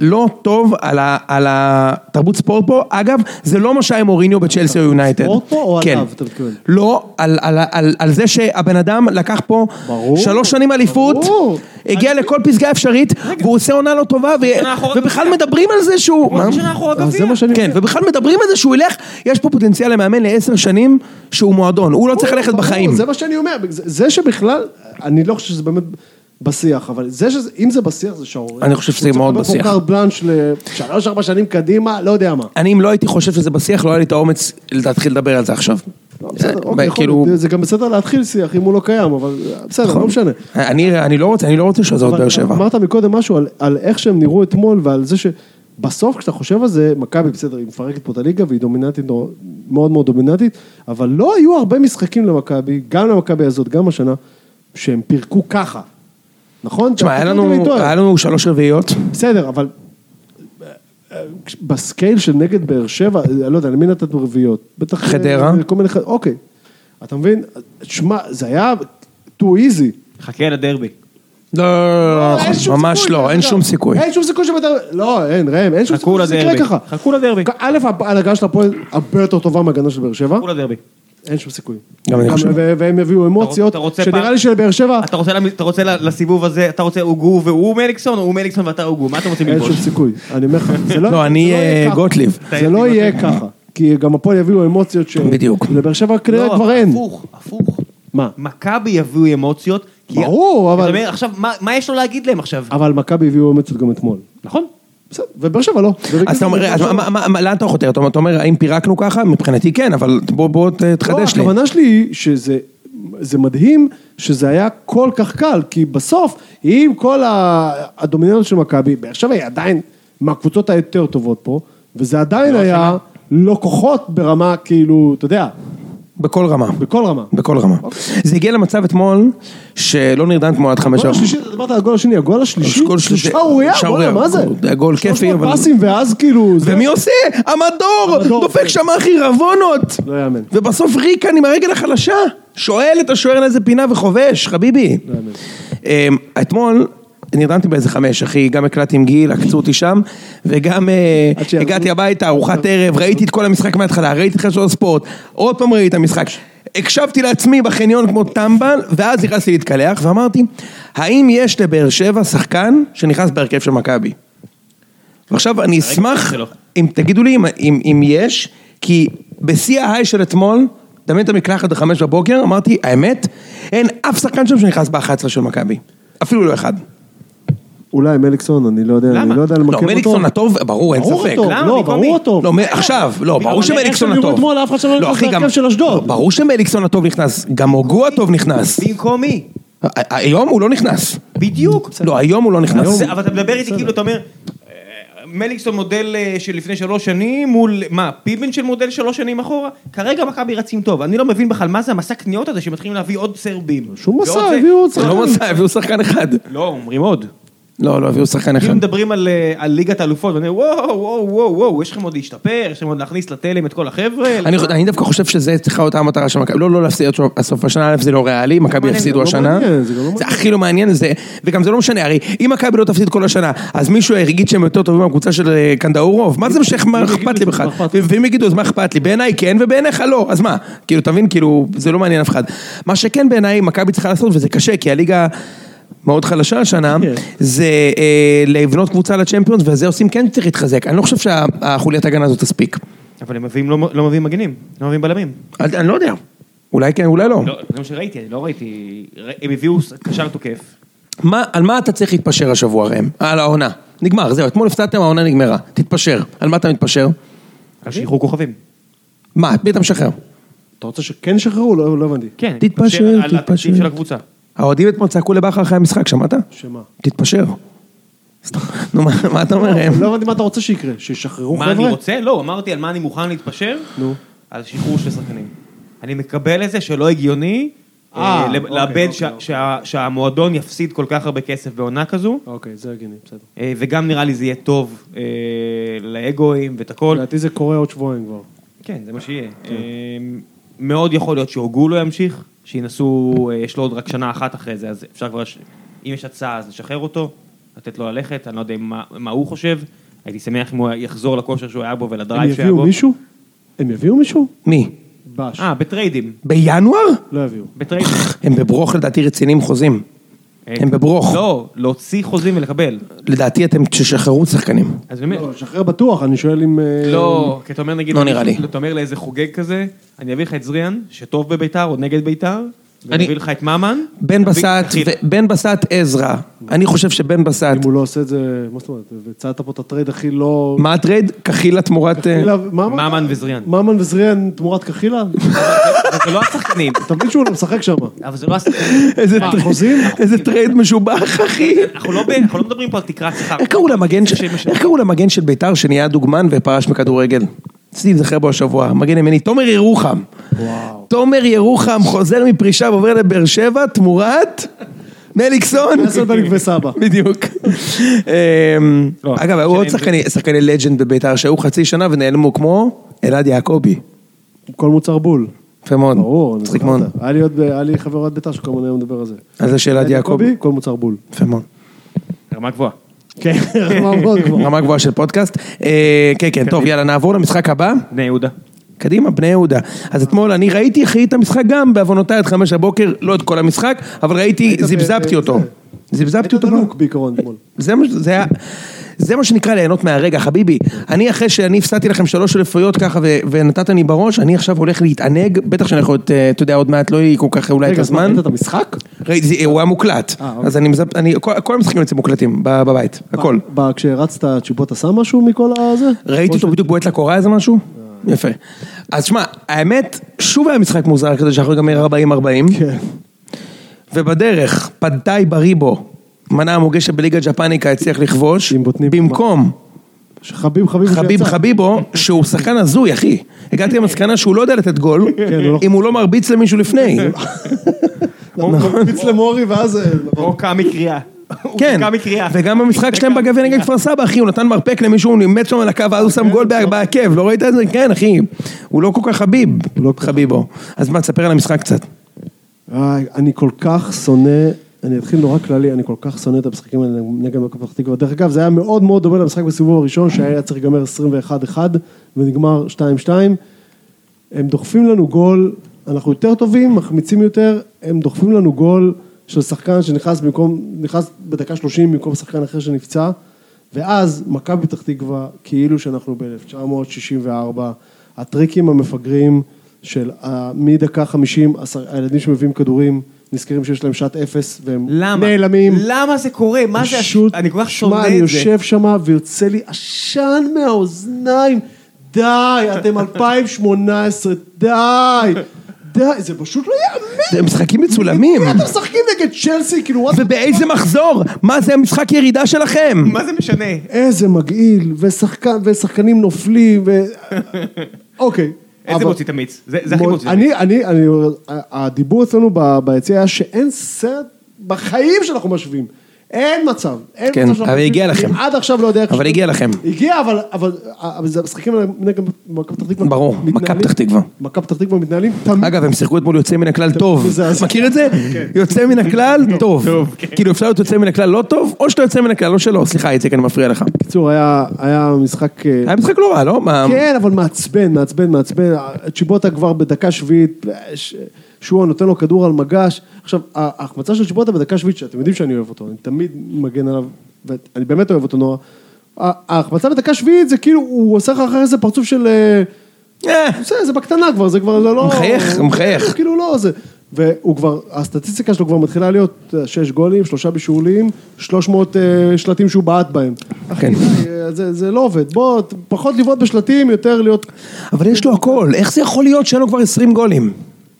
לא טוב על, ה, על התרבות ספורט פה. אגב, זה לא מה שהיה עם מוריניו בצ'לסי או יונייטד.
ספורט פה או
כן.
עליו, אתה מתכוון?
לא, על, על, על, על זה שהבן אדם לקח פה
ברור,
שלוש שנים אליפות,
ברור.
הגיע לכל פסגה אפשרית, והוא עושה עונה לא טובה, ו,
שנה אחורה
ובכלל מדברים על זה שהוא...
הוא
מה?
חצי שנה אחורה
אז זה
גביע.
מה שאני
כן, ובכלל מדברים על זה שהוא ילך, יש פה פוטנציאל למאמן לעשר שנים שהוא מועדון, הוא לא צריך ללכת
ברור,
בחיים.
זה מה שאני אומר, זה זה שבכלל, אני לא חושב שזה באמת בשיח, אבל זה שזה, אם זה בשיח זה שערורייה.
אני חושב שזה מאוד
הוא צריך
בשיח.
לקבל פה קארט בלאנש לשלוש ארבע שנים קדימה, לא יודע מה.
אני אם לא הייתי חושב שזה בשיח, לא היה לי את האומץ להתחיל לדבר על זה עכשיו.
לא, בסדר,
אה,
אוקיי, יכול
כאילו, נכון.
להיות, זה גם בסדר להתחיל שיח אם הוא לא קיים, אבל בסדר, לא משנה.
אני אני לא רוצה, אני לא רוצה שעזוב את
אבל
באר שבע.
אמרת מקודם משהו על, על איך שהם נראו אתמול ועל זה שבסוף כשאתה חושב על זה, מכבי בסדר, היא מפרקת פה את הליגה והיא דומיננטית, נור- מאוד מאוד דומיננטית, אבל לא היו הרבה משחקים למכבי, גם למכבי הזאת, גם השנה, שהם פירקו ככה. נכון?
תשמע, היה
תקן אותי אם אני
לנו-
טועה.
היה לנו שלוש רביעיות, לא,
בסדר, אבל בסקייל של נגד באר שבע, אני לא יודע, למי נתת רביעיות? בטח...
חדרה.
כל מיני... ח- אוקיי. אתה מבין? שמע, זה היה too easy.
חכה לדרבי.
לא, לא, לא,
אין שום
לא, ממש
סיכוי,
לא,
דרך
אין
אגב.
שום סיכוי.
אין שום סיכוי שבטר... לא, אין, ראם, אין שום
חכו
סיכוי שזה יקרה
לדרבי.
ככה.
חכו לדרבי.
א', ההנהגה של הפועל הרבה יותר טובה מההגנה של באר שבע,
חכו לדרבי.
אין שום סיכוי.
גם אני חושב.
ו- והם יביאו אמוציות,
אתה רוצה
שנראה
פעם-
לי שלבאר שבע
אתה רוצה, למ- אתה רוצה ל- לסיבוב הזה, אתה רוצה אוגו והוא מליקסון, או הוא מליקסון ואתה אוגו, מה אתם רוצים
אין
ללבוש?
שום סיכוי. אני אומר לך, זה לא...
*laughs* לא, אני
זה לא יהיה
אה,
ככה.
גוטליב.
זה לא יהיה ככה. כי גם הפועל יביאו אמוציות ש...
בדיוק.
לבאר שבע
לא,
כנראה
אבל
כבר אין.
הפוך, הפוך.
מה?
מכבי יביאו אמוציות. כי-
ברור, אבל-
אתה אומר, עכשיו, מה- מה יש לו להגיד להם עכשיו?
אבל מכבי הביאו אמוציות גם אתמול.
נכון.
בסדר, ובאר שבע לא.
אז אתה אומר, אז מה- מה- מה- מה- לאן אתה חותר? אתה אומר- אתה אומר, האם פירקנו ככה? מבחינתי כן, אבל בוא- בוא ת- תחדש לי.
לא, הכוונה שלי היא שזה זה מדהים שזה היה כל כך קל, כי בסוף, עם כל ה- הדומיננטיות של מכבי, באר שבע היא עדיין מהקבוצות היותר טובות פה, וזה עדיין היה לא כוחות ברמה, כאילו, אתה יודע,
בכל רמה.
בכל רמה.
בכל רמה.
אוקיי.
זה הגיע למצב אתמול, שלא נרדם אתמול עד חמש...
הגול השלישי, אתה דיברת על הגול השני, הגול השלישי,
גול
זה
שלישי,
שערורייה,
שערורייה.
בוא'נה, מה זה?
גול כיפי,
300
אבל-
פסים ואז כאילו, זה-
ומי עושה? המדור!
המדור,
דופק
כן.
שם אחי רבונות!
לא יאמן.
ובסוף ריקן עם הרגל החלשה, שואל את השוער לאיזה פינה וחובש, חביבי.
לא
אמ, אתמול... נרדמתי באיזה חמש, אחי, גם הקלטתי עם גיל, עקצו אותי שם, וגם אה,
עד שיעזרו.
הגעתי הביתה, ארוחת ערב, ראיתי את כל המשחק מההתחלה, ראיתי את חדשות הספורט, עוד פעם ראיתי את המשחק. הקשבתי לעצמי בחניון כמו טמבל, ואז נכנסתי להתקלח, ואמרתי, האם יש לבאר שבע שחקן שנכנס בהרכב של מכבי? ועכשיו אני אשמח
שלו.
אם תגידו לי אם, אם, אם יש, כי בשיא ההיי של אתמול, דמיין את המקלחת בחמש בבוקר, אמרתי, האמת, אין אף שחקן שם שנכנס ב-11 של מכבי. אפילו לא אחד.
אולי מליקסון, אני לא יודע, אני
למה?
לא יודע
לא,
למקם אותו.
מליקסון הטוב, ברור, אין
ברור
ספק.
הטוב,
למה?
לא,
במקום
ברור
מי?
הטוב.
לא, מ- עכשיו, לא, ברור
אבל איך
שמליקסון
שהם נראו
הטוב.
אתמול, אף אחד שם לא
לא,
נכנס
אחי,
להרכב
גם-
של אשדוד.
לא, ברור שמליקסון הטוב נכנס, גם הוגו הטוב נכנס.
במקומי.
ה- היום הוא לא נכנס.
בדיוק.
לא, היום הוא לא נכנס.
זה- אבל אתה מדבר איתי כאילו, אתה אומר, "אה, מליקסון מודל אה, של לפני שלוש שנים מול, מה, פיבן של מודל שלוש שנים אחורה? כרגע מכבי רצים טוב, אני לא מבין בכלל מה זה המסע קניות הזה שמתחילים להביא עוד סרבים.
שום
ועוד
מסע,
זה.
הביאו עוד
זה לא
שחקן.
מצא, הביאו שחקן אחד.
לא, אומרים עוד.
לא, לא, הביאו שחקן אחד.
אם מדברים על, אה, על ליגת האלופות, אני אומר, וואו, וואו, וואו, וואו, יש לכם עוד להשתפר, יש לכם עוד להכניס לתלם את כל החבר'ה.
אני, אני דווקא חושב שזה צריכה להיות המטרה של מכבי, לא, לא להפסיד עד סוף- עד סוף השנה, א' זה לא ריאלי, מכבי
מעניין,
יפסידו
זה לא
השנה,
מעניין, זה גם לא
זה
מעניין.
הכי לא מעניין, זה, וגם זה לא משנה, הרי אם מכבי לא תפסיד כל השנה, אז מישהו יגיד שהם יותר טובים מהקבוצה של אה, קנדאורוב, מה זה משך, מה
יגידו
אכפת לי
שזה
בכלל,
מה לא אכפת לי.
ואם יגידו אז מה אכפת לי, בעיניי כן ובעיניך לא, אז מה, כאילו, תבין, כאילו, זה לא מעניין אף אחד. מה שכן בעיניי מכבי צריכה לעשות, וזה קשה, כי הליגה... מאוד חלשה השנה,
כן.
זה אה, לבנות קבוצה לצ'מפיונס, וזה עושים כן צריך להתחזק. אני לא חושב שהחוליית ההגנה הזאת תספיק.
אבל הם מביאים, לא, לא מביאים מגנים, לא מביאים בלמים.
אני אני לא יודע. אולי כן, אולי לא.
לא, זה מה שראיתי, אני לא ראיתי, הם הביאו קשר תוקף.
מה, על מה אתה צריך להתפשר השבוע, ראם? על העונה. נגמר, זהו, אתמול הפסדתם, העונה נגמרה. תתפשר. על מה אתה מתפשר?
על שחרור כוכבים.
מה, את מי אתה משחרר?
אתה רוצה שכן שחררו? לא לא הבנתי.
כן,
תתפשר,
על התקציב
תתפשר.
של הקבוצה.
האוהדים אתמול צעקו לבכר אחרי המשחק, שמעת?
שמה?
תתפשר. סתם. *laughs* נו, מה- מה אתה אומר, ראם?
לא הבנתי מה אתה רוצה שיקרה, שישחררו
מה אני
חבר'ה?
רוצה? לא, אמרתי על מה אני מוכן להתפשר.
נו.
על שחרור של שחקנים. אני מקבל את זה שלא הגיוני
אה,
אה,
אוקיי,
לב- לאבד
אוקיי,
שה-
אוקיי.
שה- שהמועדון יפסיד כל כך הרבה כסף בעונה כזו,
אוקיי, זה הגיוני, בסדר.
אה, וגם נראה לי זה יהיה טוב אה, לאגואים ואת הכל.
לדעתי זה קורה עוד שבועיים כבר.
כן, זה מה שיהיה. אה, מאוד יכול להיות שהוגו לא ימשיך, שינסו, אה, יש לו עוד רק שנה אחת אחרי זה, אז אפשר כבר, ש- אם יש הצעה אז לשחרר אותו, לתת לו ללכת, אני לא יודע מה- מה הוא חושב. הייתי שמח אם הוא יחזור לכושר שהוא היה בו
הם
ולדרייב שהיה בו.
יביאו מישהו? הם יביאו מישהו?
מי?
בש.
אה, בטריידים.
בינואר?
לא יביאו.
בטריידים. אה,
הם בברוך לדעתי רציניים חוזים.
אה,
הם בברוך.
לא, להוציא חוזים ולקבל.
לדעתי אתם תשחררו שחקנים.
אז באמת.
לא, שחרר בטוח, אני שואל אם... אה,
לא, כי אתה אומר נגיד,
לא נראה לי.
אתה אומר לאיזה חוגג כזה, אני אביא לך את זריאן, שטוב בביתר או נגד ביתר,
אני-
ואני אביא לך את ממן.
בן
ואביא-
בסט,
תחילה.
ו- בן בסט עזרא. אני חושב שבן בסט...
אם הוא לא עושה את זה, מה זאת אומרת? הצעת פה את הטרייד הכי לא...
מה הטרייד? קחילה תמורת... אה,
קחילה- מה אמרת?
ממן וזריאן.
ממן וזריאן תמורת קחילה?
אבל זה לא השחקנים,
*laughs* אתה מבין שהוא לא משחק שם.
אבל זה לא השחקנים.
איזה
מה,
טרייד-
חוזים?
איזה טרייד משובח, אחי.
אנחנו לא ב- אנחנו לא מדברים פה על תקרת שכר.
איך קראו למגן של-
שהם משלמים.
איך קראו למגן של ביתר שנהיה דוגמן ופרש מכדורגל? רציתי להיזכר בו השבוע, מגן ימיני, תומר ירוחם. תומר ירוחם חוזר מפרישה ועובר לבאר שבע תמורת מליקסון.
אסלבנק וסבא.
בדיוק. אמ,
לא,
אגב, היו עוד
שאני-
שחקני- שחקני לג'נד בביתר שהיו חצי שנה ונעלמו כמו אלעד יעקבי.
כל מוצר בול.
יפה מאוד.
ברור, אני
מצחיק
זוכר
מאוד.
אותה. היה לי עוד- אה, היה לי חבר עד בית"ר שכל הזמן מדבר על זה.
אז זה של אלעד יעקבי.
כל מוצר בול.
יפה מאוד.
רמה גבוהה.
כן, רמה מאוד גבוהה.
*laughs* רמה גבוהה של פודקאסט. אה, כן, כן, טוב, יאללה, נעבור למשחק הבא.
בני יהודה.
קדימה, בני יהודה. אז אתמול אני ראיתי, אחי, את המשחק גם בעוונותיי עד חמש הבוקר, לא את כל המשחק, אבל ראיתי,
היית ב-
זיבזבתי
זה.
אותו. זיבזבתי
הייתה
אותו.
דלוק לא בעיקרון אתמול.
זה מה ש- זה היה... זה מה שנקרא ליהנות מהרגע, חביבי. אני אחרי שאני הפסדתי לכם שלוש אליפויות ככה ו- ונתת לי בראש, אני עכשיו הולך להתענג, בטח שאני יכול להיות, אה, אתה יודע, עוד מעט לא יהיה כל כך אולי את
רגע, אז מה,
הזמן.
ראית את המשחק?
ראיתי, זה- הוא היה מוקלט.
אה, אוקיי.
אז אני מזפ... אני... כל- כל המשחקים אצלי מוקלטים ב- בבית, הכל.
ב- כשרצת, צ'יבוטה שם משהו מכל הזה?
ראיתי אותו בדיוק בועט לקורה איזה משהו? יפה. אז שמע, האמת, שוב היה משחק מוזר כזה שאנחנו ייגמר 40-40,
כן.
ובדרך, פדאי בריבו, מנה המוגשת בליגה ג'פניקה, הצליח לכבוש,
עם בוטנים.
במקום
חביב חביב שיצא.
חביב חביבו, שהוא שחקן הזוי, אחי. הגעתי למסקנה שהוא לא יודע לתת גול,
הוא לא-
אם הוא לא מרביץ למישהו לפני.
נכון. מרביץ למורי ואז... אה,
או קם מקריאה. הוא
כן,
קם מקריאה.
וגם במשחק שלהם בגביע נגד כפר סבא, אחי, הוא נתן מרפק למישהו, הוא נימץ שם על הקו, ואז הוא שם גול בה- בעקב, לא ראית את זה? כן, אחי, הוא לא כל כך חביב, הוא לא חביבו. אז מה, תספר על המשחק קצת.
איי, אני כל כך שונא, אני אתחיל נורא כללי, אני כל כך שונא את המשחקים האלה נגד מכבי פתח תקווה. דרך אגב, זה היה מאוד מאוד דומה למשחק בסיבוב הראשון, שהיה צריך להיגמר 21-1 ונגמר 2-2. הם דוחפים לנו גול, אנחנו יותר טובים, מחמיצים יותר, הם דוחפים לנו גול של שחקן שנכנס במקום, נכנס בדקה 30 במקום שחקן אחר שנפצע, ואז מכבי פתח תקווה, כאילו שאנחנו ב-1964, הטריקים המפגרים של ה- מדקה 50, הש- הילדים שמביאים כדורים, נזכרים שיש להם שעת אפס, והם
למה?
נעלמים.
למה זה קורה? מה זה? הש-
פשוט,
אני כל כך
שמע,
שונא
אני
את זה.
יושב שם ויוצא לי עשן
*laughs*
מהאוזניים. די, אתם 2018, די, די, זה פשוט לא יאמן.
זה משחקים מצולמים.
מי אתם משחקים נגד צ'לסי, כאילו, וואט...
ובאיזה מחזור? מה זה המשחק ירידה שלכם?
מה זה משנה?
*laughs* איזה מגעיל, ושחקן, ושחקנים נופלים,
*laughs*
ו... אוקיי.
איזה
אבל-
מוציא תמיץ? זה זה הכי
מאוד-
מוציא תמיץ.
אני, אני, אני, הדיבור אצלנו ב- ביציע היה שאין סרט בחיים שאנחנו משווים. אין מצב. אין
כן,
מצב שאנחנו
אבל הגיע
משווים.
לכם.
אני עד עכשיו לא יודע איך...
אבל
שאתם-
הגיע לכם.
הגיע, אבל, אבל, אבל זה המשחקים האלה נגד מכבי פתח תקווה.
ברור,
מתנהלים-
מכבי פתח תקווה.
מכבי פתח תקווה מתנהלים תמיד.
אגב, הם שיחקו אתמול יוצא מן הכלל טוב.
מזעזע.
מכיר את זה? יוצא מן הכלל טוב.
טוב, כן.
כאילו אפשר להיות יוצא מן הכלל לא טוב, או שאתה יוצא מן הכלל או שלא. סליחה, איציק, אני מפריע לך.
בקיצור, היה, היה משחק... אה,
היה משחק לא רע, לא? מה-
כן, אבל מעצבן, מעצבן, מעצבן. צ'יבוטה כבר בדקה שביעית, ש- שועה נותן לו כדור על מגש. עכשיו, ה- ההחמצה של צ'יבוטה בדקה שביעית, שאתם יודעים שאני אוהב אותו, אני תמיד מגן עליו, ואני באמת אוהב אותו נורא. ה- ההחמצה בדקה שביעית זה כאילו, הוא עושה לך אחרי איזה פרצוף של... אה,
אה,
בסדר, זה בקטנה כבר, זה כבר זה לא...
הוא מחייך, הוא מחייך.
כאילו לא, זה... והוא כבר, הסטטיסטיקה שלו כבר מתחילה להיות אה, שש גולים, שלושה בישולים, 300 אה, שלטים שהוא בעט בהם.
כן.
אחי, אה, זה, זה לא עובד. בוא, ת- פחות לבעוט בשלטים, יותר להיות...
אבל יש לו הכל, איך זה יכול להיות שאין לו כבר 20 גולים?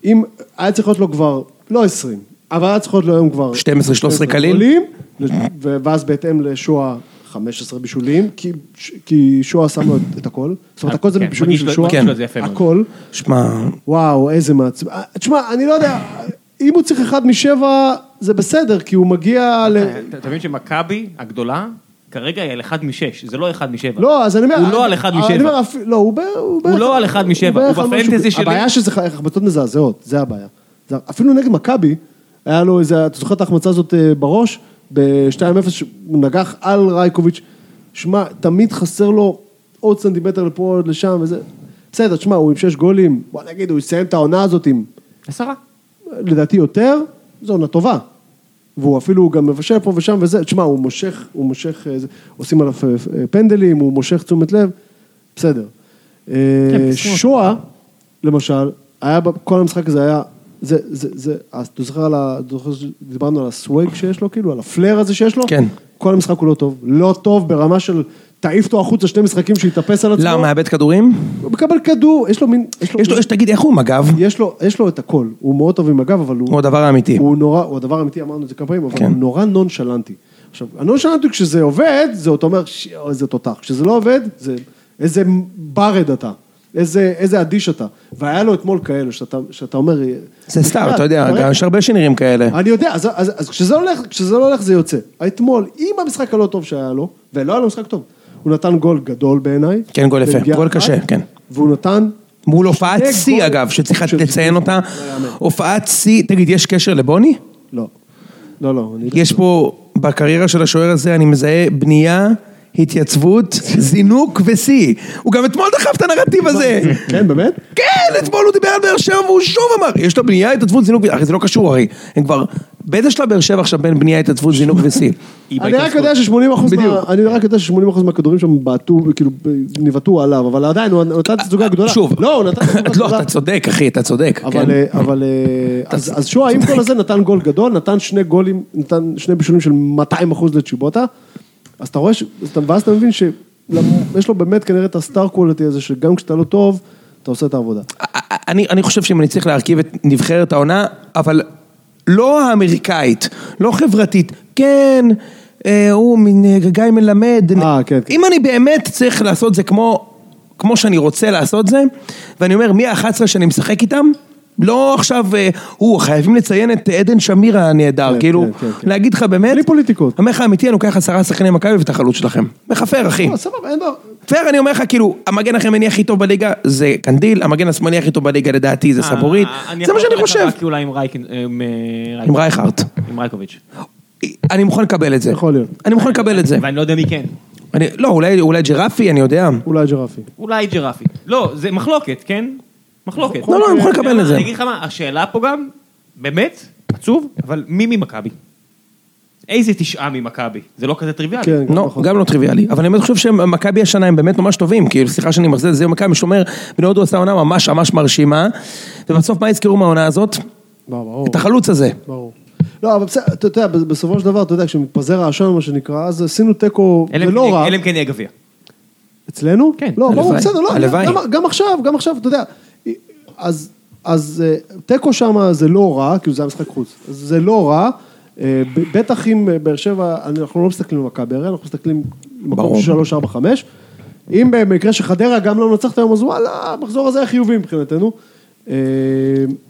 אם היה צריך להיות לו כבר, לא 20, אבל היה צריך להיות לו היום כבר...
12, 13 קליל?
גולים, ו- ואז בהתאם לשועה 15 בישולים, כי, כי שועה שם לו את- את הכל. זאת אומרת, הכל זה
כן,
בישולים
מגיש
של
לו-
שועה.
מגיש לו את זה יפה מאוד.
הכל.
שמע,
וואו, איזה מעצבן. אה, תשמע, אני לא יודע, אם הוא צריך אחד משבע, זה בסדר, כי הוא מגיע ל...
אתה אתה מבין שמכבי הגדולה, כרגע היא על אחד משש, זה לא אחד משבע.
לא, אז אני אומר...
הוא לא על אחד משבע.
אני אומר, אפ- לא, הוא ב- הוא בערך-
לא על אחד משבע, הוא
בערך על משהו-
בפנטזי שלי-
הבעיה שזה ח- החמצות מזעזעות, זה הבעיה. זה- אפילו נגד מכבי, היה לו איזה, אתה זוכר את ההחמצה הזאת אה, בראש? ב-2-0, הוא נגח על רייקוביץ'. שמע, תמיד חסר לו עוד סנטימטר לפה, עוד לשם וזה. בסדר, תשמע, הוא עם שש גולים, בוא נגיד, הוא יסיים את העונה הזאת עם
עשרה.
לדעתי יותר, זו עונה טובה. והוא אפילו גם מבשל פה ושם וזה, תשמע, הוא מושך, הוא מושך, אה, זה- עושים עליו אה, אה, פנדלים, הוא מושך תשומת לב, בסדר. אה,
בסדר.
שואה, למשל, היה, ב- כל המשחק הזה היה, זה, זה, זה, אז אתה זוכר על ה... אתה זוכר שדיברנו על הסווייג שיש לו, כאילו, על הפלר הזה שיש לו?
כן.
כל המשחק הוא לא טוב, לא טוב ברמה של תעיף אותו החוצה שני משחקים שיתאפס על עצמו.
למה, מאבד כדורים?
הוא מקבל כדור, יש לו מין,
יש לו, יש, תגיד, איך הוא עם הגב?
יש לו, יש לו את הכל, הוא מאוד טוב עם הגב, אבל הוא...
הוא הדבר האמיתי.
הוא נורא, הוא הדבר האמיתי, אמרנו את זה כמה פעמים, אבל
כן.
הוא נורא נונשלנטי. עכשיו, הנונשלנטי כשזה עובד, זה אתה אומר, "ש- איזה תותח. כשזה לא עובד, זה איזה ברד אתה. איזה, איזה אדיש אתה. והיה לו אתמול כאלה, שאתה, שאתה אומר... "אה,
זה סתיו, אתה יודע,
רגע,
גם יש הרבה שנראים כאלה.
אני יודע, אז, אז, אז כשזה, לא הולך, כשזה לא הולך זה יוצא. אתמול, עם המשחק הלא טוב שהיה לו, ולא היה לו משחק טוב, הוא נתן גול גדול בעיניי.
כן, גול יפה.
בפגיעה
גול
אחת,
קשה, כן.
והוא נתן...
מול הופעת
שני גול
שיא אגב, שצריך
של-
לציין אותה, הופעת שיא, תגיד, יש קשר לבוני?
לא. לא, לא. אני...
יש פה, בקריירה של השוער הזה, אני מזהה בנייה, התייצבות, זינוק ושיא. הוא גם אתמול דחף את הנרטיב הזה.
כן, באמת?
כן, אתמול הוא דיבר על באר שבע והוא שוב אמר, יש לו בנייה, התייצבות, זינוק, ו-" הרי זה לא קשור הרי. הם כבר, באיזה שלב באר שבע עכשיו בין בנייה, התייצבות, זינוק ושיא?
היא
אני רק
בהתעסקות.
יודע ש-80 אחוז,
בדיוק.
אני רק יודע ש-80 אחוז מהכדורים שם בעטו, כאילו, ניבטו עליו, אבל עדיין הוא נתן תצוגה גדולה.
שוב,
לא, הוא נתן תצוגה
*laughs* לא,
גדולה.
אתה צודק אחי, אתה צודק. כן.
אבל, אה, אבל, אה, אז אז שואה, עם כל הזה נתן גול גדול, נתן שני גולים, נתן שני בישולים של 200 אחוז לצ'יבוטה, אז אתה רואה, ש- אז אתה- ואז אתה מבין שיש לו באמת כנראה את הסטאר קוולטי הזה, שגם כשאתה לא טוב, אתה עושה את העבודה.
אני, אני חושב שאם אני צריך להרכיב את נבחרת העונה, אבל לא האמריקאית, לא חברתית, כן, אה, הוא מין אה, גיא מלמד.
אה, כן, כן.
אם אני באמת צריך לעשות זה כמו, כמו שאני רוצה לעשות זה, ואני אומר, מי ה-11 שאני משחק איתם? לא עכשיו, אה, הוא, חייבים לציין את עדן שמיר הנהדר,
כן,
כאילו,
כן, כן, כן.
להגיד לך באמת,
בלי פוליטיקות.
אני אומר לך אמיתי, אני לוקח עשרה שחקני מכבי ואת החלוץ שלכם. מכפר, אחי.
לא, סבבה, אין בעיה.
פייר, אני אומר לך, כאילו, המגן החמני הכי טוב בליגה זה קנדיל, המגן השמאלי הכי טוב בליגה לדעתי זה סבורית,
אה,
זה מה
יכול
שאני
ללכת
חושב.
רק אולי עם רייקין, עם, אה,
עם כן. רייכרט.
עם רייקוביץ'.
אני מוכן לקבל את זה.
יכול להיות.
אני מוכן לקבל את זה.
ואני לא יודע מי כן.
אני- לא, אולי אולי ג'רפי, אני יודע.
אולי ג'רפי.
אולי ג'רפי. לא, זה מחלוקת, כן? מחלוקת.
לא, לא, אני מוכן לקבל את זה.
אני אגיד לך מה, השאלה פה גם, באמת, עצוב, אבל מי ממכבי? איזה תשעה ממכבי? זה לא כזה טריוויאלי.
כן, גם
לא,
נכון.
גם לא טריוויאלי. אבל אני באמת חושב שמכבי השנה הם באמת ממש טובים, כאילו, סליחה שאני מחזיר את זה, מכבי שומר, בני הודו עשה עונה ממש ממש מרשימה, ובסוף מה יזכרו מהעונה הזאת?
לא, ברור.
את החלוץ הזה.
ברור. לא, אבל בסדר, אתה יודע, בסופו של דבר, אתה יודע, כשמתפזר העשן, מה שנקרא, אז עשינו תיקו,
אלא
זה
אם
לא
כן-
רע.
אלא אם כן יהיה גביע.
אצלנו?
כן,
לא, ברור,
הלוואי,
בסדר, לא,
הלוואי.
גם- גם עכשיו, גם עכשיו, אתה יודע, אז אז אה, תיקו שם זה לא רע, כאילו זה היה משחק חוץ, אז זה לא רע, אה, ב- בטח אם אה, באר שבע, אנחנו לא מסתכלים על מכבי, הרי אנחנו מסתכלים
ברור.
מקום שלוש, ארבע, חמש. אם במקרה שחדרה גם לא מנצחת היום, אז וואלה, המחזור הזה היה חיובי מבחינתנו. אה,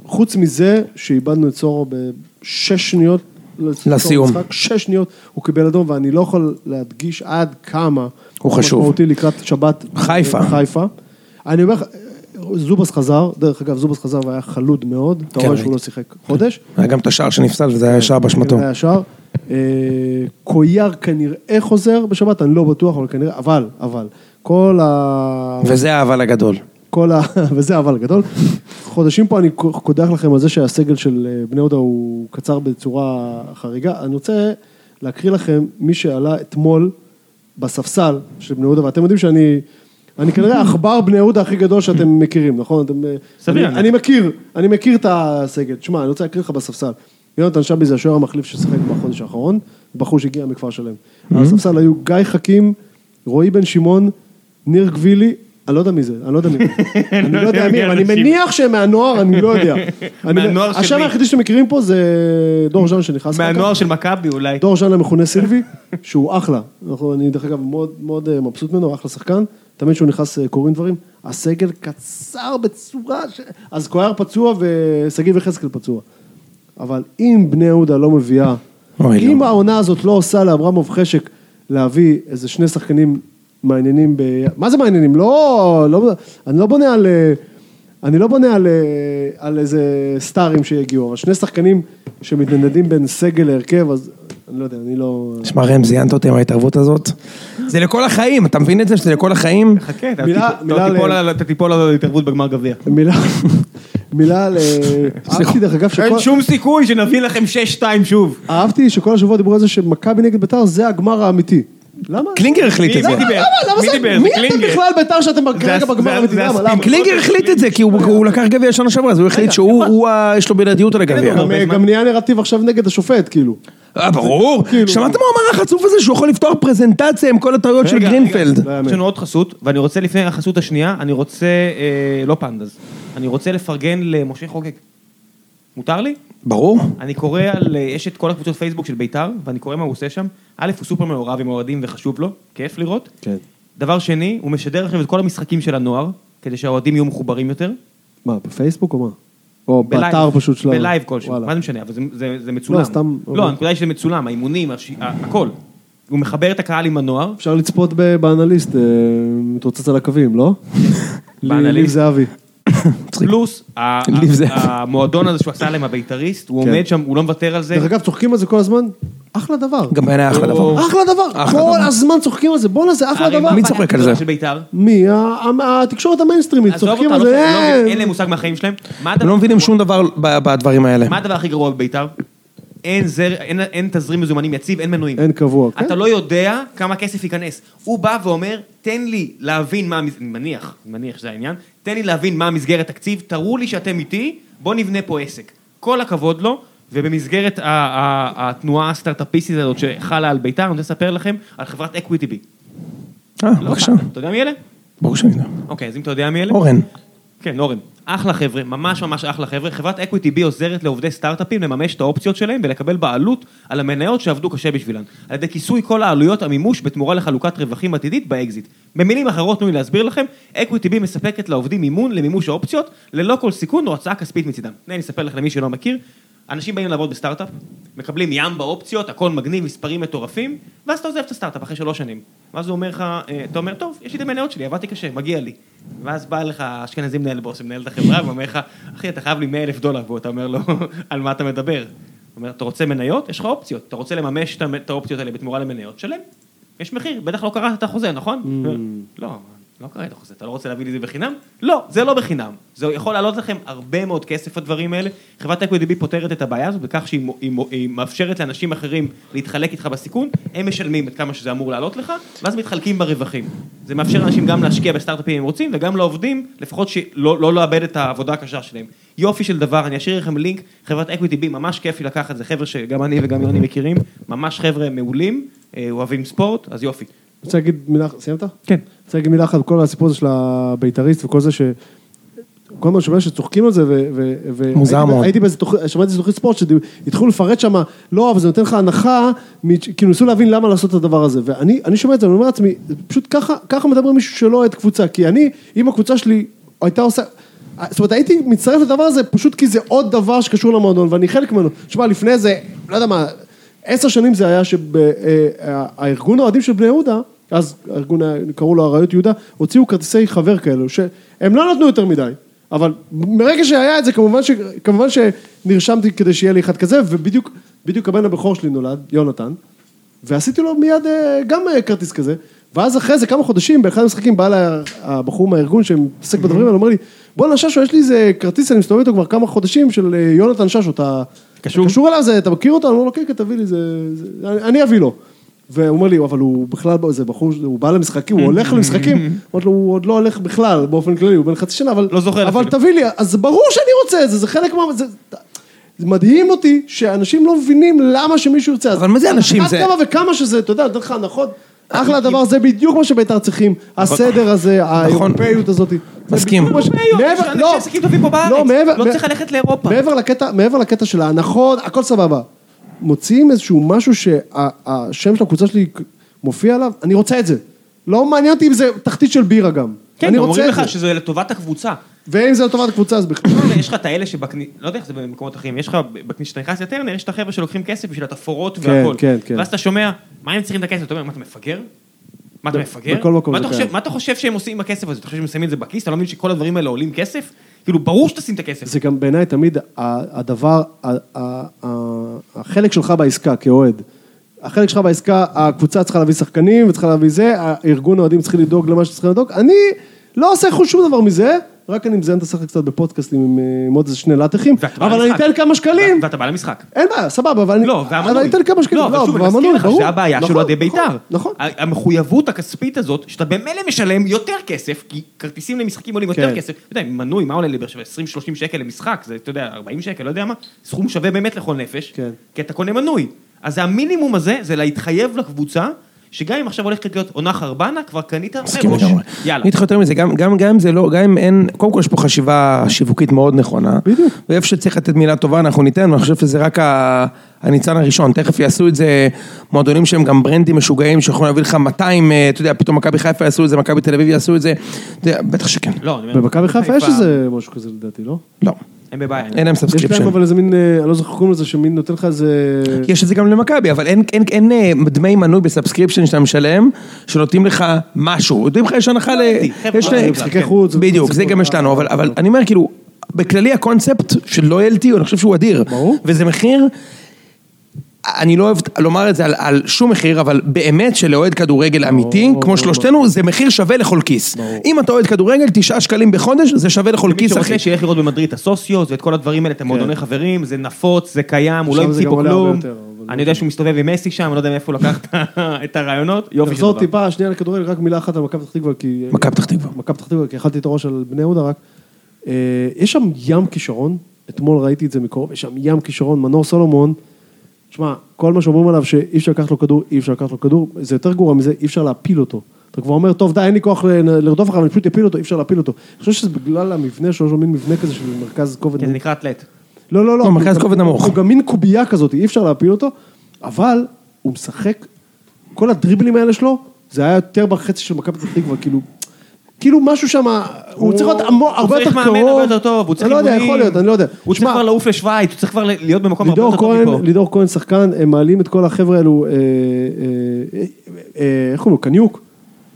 חוץ מזה שאיבדנו את סורו בשש שניות. לצורך
לסיום.
המשחק, שש שניות, הוא קיבל אדום, ואני לא יכול להדגיש עד כמה...
הוא חשוב.
משמעותי לקראת שבת. אה,
חיפה.
חיפה. אני אומר לך, אה, זובס חזר, דרך אגב, זובס חזר והיה חלוד מאוד, אתה
כן,
רואה
ראיתי. כן,
שהוא לא שיחק חודש.
היה גם את השער שנפסל וזה היה ישר באשמתו.
זה היה ישר. אה, קויאר כנראה חוזר בשבת, אני לא בטוח, אבל כנראה, אבל, אבל, כל ה...
וזה האבל הגדול.
כל ה... *laughs* וזה אבל גדול. חודשים פה אני קודח לכם על זה שהסגל של אה, בני יהודה הוא קצר בצורה חריגה. אני רוצה להקריא לכם מי שעלה אתמול בספסל של בני יהודה, ואתם יודעים שאני... אני כנראה *laughs* עכבר בני יהודה הכי גדול שאתם מכירים, נכון? אתם, אה,
סביר,
אני,
אני-
אני מכיר, אני מכיר את הסגל. שמע, אני רוצה להקריא לך בספסל. יונתן שבי זה השוער המחליף ששיחק בחודש האחרון, בחור שהגיע מכפר שלם.
Mm-hmm.
על הספסל היו גיא חכים, רועי בן שמעון, ניר גבילי, אני לא יודע מי זה, אני לא יודע מי.
*laughs*
אני לא יודע מי, אבל אני
אנשים.
מניח שהם מהנוער, אני לא
*laughs*
יודע. אני-
מהנוער של
השם
מי?
היחידי שאתם מכירים פה זה דור ז'אן שנכנס. אחר כך.
מהנוער של מכבי
אוקיי.
אולי.
דור ז'אן המכונה סילבי, שהוא אחלה. אנחנו- אני דרך אגב מאוד מאוד אה, מבסוט ממנו, אחלה שחקן. תמיד כשהוא נכנס אה, קורים דברים. הסגל קצר בצורה ש... אז קויאר פצוע ושגיב יחזקאל פצוע. אבל אם בני יהודה לא מביאה,
אוי, לא.
אם העונה הזאת לא עושה לאברמוב חשק להביא איזה שני שחקנים מעניינים ב... מה זה מעניינים? לא, לא, אני לא בונה על... אה, אני לא בונה על, אה, על איזה סטארים שיגיעו, אבל שני שחקנים שמתנדנדים בין סגל להרכב, אז אני לא יודע, אני לא...
שמע ראם, זיינת אותי עם ההתערבות הזאת. זה לכל החיים, אתה מבין את זה שזה לכל החיים?
חכה, אתה
מילה-
טיפ-
מילה
אתה
ל-
תיפול על- אתה תיפול על התערבות בגמר גביע.
מילה, מילה על... אה, אהבתי דרך אגב שכל...
אין שום סיכוי שנביא לכם 6-2 שוב.
אהבתי שכל השבוע דיברו על זה שמכבי נגד ביתר זה הגמר האמיתי. למה?
קלינגר החליט
מי
את זה.
דיבר?
למה? למה
מי דיבר?
זה?
זה
מי
קלינגר.
אתם בכלל ביתר שאתם כרגע
הס- זה-
בגמר האמיתי?
זה
למה?
הספין.
למה?
קלינגר החליט את זה, כי הוא הוא לקח גביע שנה שעברה, אז הוא החליט שהוא, הוא ה- יש לו בלעדיות על הגביע.
הרבה
גם-
זמן.
גם נהיה נרטיב עכשיו נגד השופט, כאילו.
אה, ברור. שמעת מה הוא אמר החצוף הזה, שהוא יכול לפתוח פרזנטציה עם כל הטעויות של
רגע,
גרינפלד.
רגע, יש לנו עוד חסות, ואני רוצה לפני החסות השנייה, אני רוצה, אה, לא פנדס, אני רוצה לפרגן למשה חוגג. מותר לי?
ברור.
אני קורא על, אה, יש את כל הקבוצות פייסבוק של ביתר, ואני קורא מה הוא עושה שם. א', הוא סופר מעורב עם האוהדים וחשוב לו, כיף לראות.
כן.
דבר שני, הוא משדר עכשיו את כל המשחקים של הנוער, כדי שהאוהדים יהיו מחוברים יותר.
מה, בפייסבוק או מה? או
בלייב.
באתר פשוט שלנו.
בלייב כלשהו,
וואלה.
מה זה משנה, אבל זה- זה זה מצולם.
לא, סתם-
לא, הנקודה היא שזה מצולם, האימונים, הש- ה- הכל. הוא מחבר את הקהל עם הנוער.
אפשר לצפות ב- באנליסט, אה, מתרוצץ על הקווים,
*laughs*
לא? לי-
באנליסט.
ליב זהבי.
פלוס ה-
ליב זהב.
המועדון הזה שהוא עשה עליהם הבית"ריסט, הוא
כן.
עומד שם, הוא לא מוותר על זה.
דרך אגב, צוחקים על זה כל הזמן? אחלה דבר.
גם בעיניי
לא.
אחלה דבר.
אחלה דבר.
אחלה
כל
דבר.
הזמן צוחקים על זה, בואנה זה אחלה
הרי
דבר.
מה
מי
הבעיה
צוחק על זה?
של בית"ר?
מי? ה- ה- התקשורת המיינסטרימית,
עזוב
צוחקים
אותם,
על
לא
זה.
צוחק, לא מבין,
אה,
אין להם מושג מהחיים שלהם. מה
הם
הדבר-
לא מבינים שום דבר ב- בדברים האלה.
מה הדבר הכי גרוע בבית"ר? אין זר- אין- אין תזרים מזומנים יציב, אין מנויים.
אין קבוע,
אוקיי.
כן.
אתה לא יודע כמה כסף ייכנס. הוא בא ואומר, תן לי להבין מה, המס- אני מניח, אני מניח שזה העניין, תן לי להבין מה המסגרת תקציב, תראו לי שאתם איתי, בואו נבנה פה עסק. כל הכבוד לו, ובמסגרת ה- ה- התנועה הסטארט-אפיסטית הזאת שחלה על בית"ר, אני רוצה לספר לכם על חברת אקוויטי בי.
אה, בבקשה.
אתה יודע מי אלה?
ברור שאני יודע.
אוקיי, אז אם אתה יודע מי אלה...
אורן.
כן, אורן. אחלה חבר'ה, ממש ממש אחלה חבר'ה. חברת אקוויטי בי עוזרת לעובדי סטארט-אפים לממש את האופציות שלהם ולקבל בעלות על המניות שעבדו קשה בשבילן. על ידי כיסוי כל העלויות המימוש בתמורה לחלוקת רווחים עתידית באקזיט. במילים אחרות, תנו לי להסביר לכם, אקוויטי בי מספקת לעובדים מימון למימוש האופציות, ללא כל סיכון או הצעה כספית מצידם. הנה, אני אספר לך למי שלא מכיר. אנשים באים לעבוד בסטארט-אפ, מקבלים ים באופציות, הכל מגניב, מספרים מטורפים, ואז אתה עוזב את הסטארט-אפ אחרי שלוש שנים. ואז הוא אומר לך, אה, אתה אומר, טוב, יש לי את המניות שלי, עבדתי קשה, מגיע לי. ואז בא לך אשכנזי מנהל בוס, מנהל את החברה, ואומר לך, אחי, אתה חייב לי 100 אלף דולר, ואתה אומר לו, *laughs* על מה אתה מדבר? הוא אומר, אתה רוצה מניות? יש לך אופציות. אתה רוצה לממש את המ- את האופציות האלה בתמורה למניות? שלם. יש מחיר, בטח לא קראת את החוזה, נכון? הוא אומר, לא, לא קראת את החוזה, אתה לא רוצה להביא לי את זה בחינם? לא, זה לא בחינם. זה יכול לעלות לכם הרבה מאוד כסף הדברים האלה. חברת אקווידיבי פותרת את הבעיה הזאת בכך שהיא מו- היא מו- היא מאפשרת לאנשים אחרים להתחלק איתך בסיכון, הם משלמים את כמה שזה אמור לעלות לך, ואז מתחלקים ברווחים. זה מאפשר לאנשים גם להשקיע בסטארט-אפים אם הם רוצים, וגם לעובדים, לפחות שלא לא לאבד את העבודה הקשה שלהם. יופי של דבר, אני אשאיר לכם לינק, חברת אקוויטי בי, ממש כיף לי לקחת, זה חבר'ה שגם אני וגם יוני מכירים, ממש חבר'ה מעולים, אה, אוהבים ספורט, אז יופי.
רוצה להגיד מילה, סיימת?
כן.
רוצה להגיד מילה אחת, כל הסיפור הזה של הבית"ריסט וכל זה ש... כל הזמן שומע שצוחקים על זה, ו... ו- ו-
מוזר
הייתי ב-
מאוד.
הייתי באיזה תוכנית, שמעתי איזה תוכנית ספורט, שהתחילו לפרט שם, לא, אבל זה נותן לך הנחה, מ- כאילו ניסו להבין למה לעשות את הדבר הזה. ואני אני שומע את זה, ואני אומר לעצמי, זה פשוט ככה, ככה מדבר מישהו שלא אוהד קבוצה, כי אני, אם הקבוצה שלי הייתה עושה... זאת אומרת, הייתי מצטרף לדבר הזה פשוט כי זה עוד דבר שקשור למועדון, ואני חלק ממנו. תשמע, לפני זה, לא יודע מה, עשר שנים זה היה שהארגון האוהדים של בני יהודה, אז הארגון, ה- קראו לו אריות יהודה, הוציאו כרטיסי חבר כאלו, שהם לא נתנו יותר מדי, אבל מרגע שהיה את זה, כמובן, ש, כמובן שנרשמתי כדי שיהיה לי אחד כזה, ובדיוק בדיוק הבן הבכור שלי נולד, יונתן, ועשיתי לו מיד אה, גם אה, כרטיס כזה, ואז אחרי זה כמה חודשים, באחד המשחקים בא אליי הבחור מהארגון שמתעסק
Mm-hmm.
בדברים האלה, אומר לי, בואנה ששו, יש לי איזה כרטיס, אני מסתובב איתו כבר כמה חודשים, של אה, יונתן ששו, אתה...
קשור?
אתה קשור אליו, זה, אתה מכיר אותו? אני אומר לו, כן, כן, תביא לי, זה, זה, אני, אני אביא לו. והוא אומר לי, אבל הוא בכלל, זה בחור, הוא בא למשחקים, הוא
Mm-hmm.
הולך למשחקים. אמרתי לו, הוא עוד לא הולך בכלל, באופן כללי, הוא בן חצי שנה, אבל...
לא זוכר
אבל
אפילו.
תביא לי, אז ברור שאני רוצה את זה, זה חלק מה... זה, זה מדהים אותי שאנשים לא מבינים למה שמישהו ירצה. אז
אבל מה זה אנשים?
אחת
זה- אה,
כמה וכמה שזה, אתה יודע, נותן לך הנחות. אחלה הדבר, זה בדיוק מה שבית"ר צריכים, הסדר הזה, האירופאיות הזאת. זה
נכון. מסכים.
בדיוק מה ש-
אירופאיות, יש
מעבר-
אנשי
לא,
אוקיי, עסקים טובים פה בארץ,
מעבר-
לא
מע-
צריך ללכת לאירופה.
מעבר לקטע, מעבר לקטע של ההנחות, הכל סבבה. מוציאים איזשהו משהו שהשם של הקבוצה שלי מופיע עליו, אני רוצה את זה. לא מעניין אותי אם זה תחתית של בירה גם.
כן,
אני
גם
רוצה
אומרים
את
לך
זה.
שזה לטובת הקבוצה.
ואם זה לטובת הקבוצה אז בכלל.
תשמע, יש לך את האלה שבכניסה, לא יודע איך זה במקומות אחרים, יש לך, בכניסה שאתה נכנס לטרנר, יש את החבר'ה שלוקחים כסף בשביל התפאורות
כן,
והכל.
כן, כן.
ואז אתה שומע, מה הם צריכים את הכסף? אתה אומר, מה אתה מפגר? מה אתה מפגר?
בכל מקום
מה
זה
אתה חושב-
קיים.
מה אתה חושב שהם עושים עם הכסף הזה? אתה חושב שהם שמים את זה בכיס? אתה לא מבין שכל הדברים האלה עולים כסף? כאילו, ברור שתשים את הכסף.
זה גם בעיניי תמיד ה- הדבר, ה- ה- ה- החלק שלך בעסקה כאוהד. החלק שלך בעסקה, הקבוצה צריכה להביא שחקנים וצריכה להביא זה, הארגון האוהדים צריכים לדאוג למה שצריכים לדאוג. אני לא עושה חוש- שום דבר מזה, רק אני מזיין את השחק קצת בפודקאסטים עם, אה, עם עוד איזה שני לטחים,
ואתה בא
אבל אני
למשחק.
אתן כמה שקלים.
ו- ואתה בא למשחק.
אין בעיה, סבבה, אבל אני...
לא, והמנוי.
אבל אני אתן כמה שקלים.
לא, אבל שוב, אני מזכיר
והמנוי,
לך
ברור.
שזה הבעיה של
נכון,
אוהדי
נכון,
בית"ר.
נכון.
ה- המחויבות הכספית הזאת, שאתה במילא משלם יותר כסף, כי כרטיסים למשחקים עולים יותר
כן.
כסף. אתה יודע, מנוי, מה עולה לבאר שבע? 20-30 שקל למשחק, זה, אתה יודע, 40 שקל, לא יודע מה. סכום שווה באמת לכל נפש,
כן.
כי אתה קונה מנוי. אז המינימום הזה, זה להתחייב לקבוצה, שגם אם עכשיו הולכת להיות עונה חרבנה, כבר קנית
מסכים
מראש.
לגמרי.
כאילו, יאללה.
אני איתך יותר מזה, גם, גם, גם אם זה לא, גם אם אין, קודם כל יש פה חשיבה שיווקית מאוד נכונה.
בדיוק.
ואיפה שצריך לתת מילה טובה אנחנו ניתן, ואני חושב שזה רק ה- הניצן הראשון. תכף יעשו את זה מועדונים שהם גם ברנדים משוגעים, שיכולים להביא לך 200, אה, אתה יודע, פתאום מכבי חיפה יעשו את זה, מכבי תל אביב יעשו את זה. אתה יודע, בטח שכן.
לא, אני אומר,
במכבי חיפה יש איזה משהו כזה לדעתי, לא?
לא.
הם בבעיה.
אין להם
יש
סאבסקריפשן.
להם אבל איזה מין, אה, אני לא זוכר קוראים לזה, שמין נותן לך איזה...
יש את זה גם למכבי, אבל אין, אין, אין אה, דמי מנוי בסאבסקריפשן שאתה משלם, שנותנים לך משהו, נותנים לך, יש הנחה ל...
הבנתי, חבר'ה,
יש ל-
אה,
משחקי חוץ.
בדיוק, זה גם יש לנו, אבל, אבל אני אומר כאילו, בכללי הקונספט של לויאלטי, אני חושב שהוא אדיר.
ברור.
וזה מחיר, אני לא אוהב לומר את זה על, על שום מחיר, אבל באמת שלאוהד כדורגל אמיתי,
ברור,
כמו
ברור.
שלושתנו, זה מחיר שווה לכל כיס.
ברור.
אם אתה אוהד כדורגל, תשעה שקלים בחודש, זה שווה לכל
מי
כיס, אחי.
שרוצה שילך לראות במדריד את הסוציוס ואת כל הדברים האלה, את המועדוני חברים, זה נפוץ, זה קיים, הוא לא
עכשיו כן. זה
המציא
גם
פה
עולה הרבה
כלום.
יותר, אבל אוקיי.
אני יודע שהוא מסתובב עם מסי שם, אני לא יודע מאיפה הוא לקח את ה- *laughs* את הרעיונות, יופי של
נחזור
דבר.
טיפה שנייה לכדורגל, רק מילה אחת על מכבי פתח תקווה, כי...
מכבי פתח תקווה.
מכבי פתח תקווה, כי אכלתי את הראש על בני יהודה רק. אה, יש שם ים כישרון, אתמול ראיתי את זה מקרוב, יש שם ים כישרון, מנור סולומון, שמע, כל מה שאומרים עליו שאי אפשר לקחת לו כדור, אי אפשר לקחת לו כדור, זה יותר גרוע מזה, אי אפשר להפיל אותו. אתה כבר אומר, טוב, די, אין לי כוח ל- לרדוף אחריו, אני פשוט אפיל אותו, אי אפשר להפיל אותו. אני חושב שזה בגלל המבנה שלו, יש לו מין מבנה כזה של מרכז כובד
כן, זה נקרא אתלט.
לא, לא, לא.
לא, מרכז
הוא גם-
כובד נמוך.
הוא גם מין קובייה כזאת, אי אפשר להפיל אותו, אבל הוא משחק, כל הדריבלים האלה שלו, זה היה יותר בחצי של מכבי פתח תקווה, כאילו, כאילו משהו שם, הוא צריך להיות עמו-
הוא
הרבה יותר
צריך
קרוב.
מאמן הרבה יותר טוב, הוא צריך
אני לא יודע,
אימונים.
יכול להיות, אני לא יודע.
הוא צריך
שמע,
כבר לעוף לשוויץ, הוא צריך כבר להיות במקום הרבה
לידור
יותר טוב
כהן,
מפה.
לידור כהן שחקן, הם מעלים את כל החבר'ה האלו, אה, אה, אה, אה, איך קוראים לו? קניוק.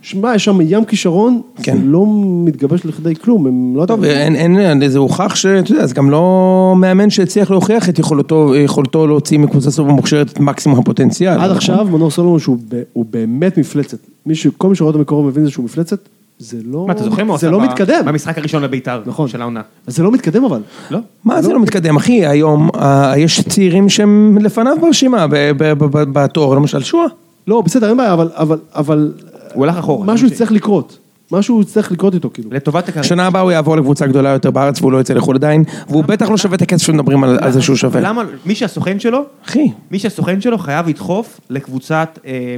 שמע, יש שם ים כישרון, זה
כן.
לא מתגבש לכדי כלום, הם לא
טוב,
יודע.
אין, אין, אין, זה הוכח שאתה יודע, זה גם לא מאמן שהצליח להוכיח את יכולתו, יכולתו להוציא מקבוצה סוף המוכשרת את מקסימום הפוטנציאל.
עד עכשיו מנור סולומון שהוא ב- הוא באמת מפלצת. מישהו, כל מי שרואה אותו מקרוב מבין זה שהוא מפלצת, זה לא...
מה, אתה זוכר מה הוא
זה
עשה
לא
ב-
מתקדם.
במשחק הראשון לבית"ר,
נכון.
של העונה.
זה לא מתקדם אבל.
לא?
מה זה לא מתקדם, אחי, היום אה, יש צעירים שהם לפניו ברשימה, ב- ב- ב- ב- בתואר, למשל שואה.
לא, בסדר, אין בעיה, אבל... אבל, אבל
הוא הלך אחורה. אוקיי.
משהו יצטרך לקרות. משהו יצטרך לקרות איתו, כאילו.
לטובת הקריירה.
שנה הבאה הוא יעבור לקבוצה גדולה יותר בארץ והוא לא יצא לחו"ל עדיין, והוא בטח לא שווה את הכסף שמדברים על על זה שהוא שווה.
למה, מי שהסוכן שלו,
אחי,
מי שהסוכן שלו חייב לדחוף לקבוצת אה,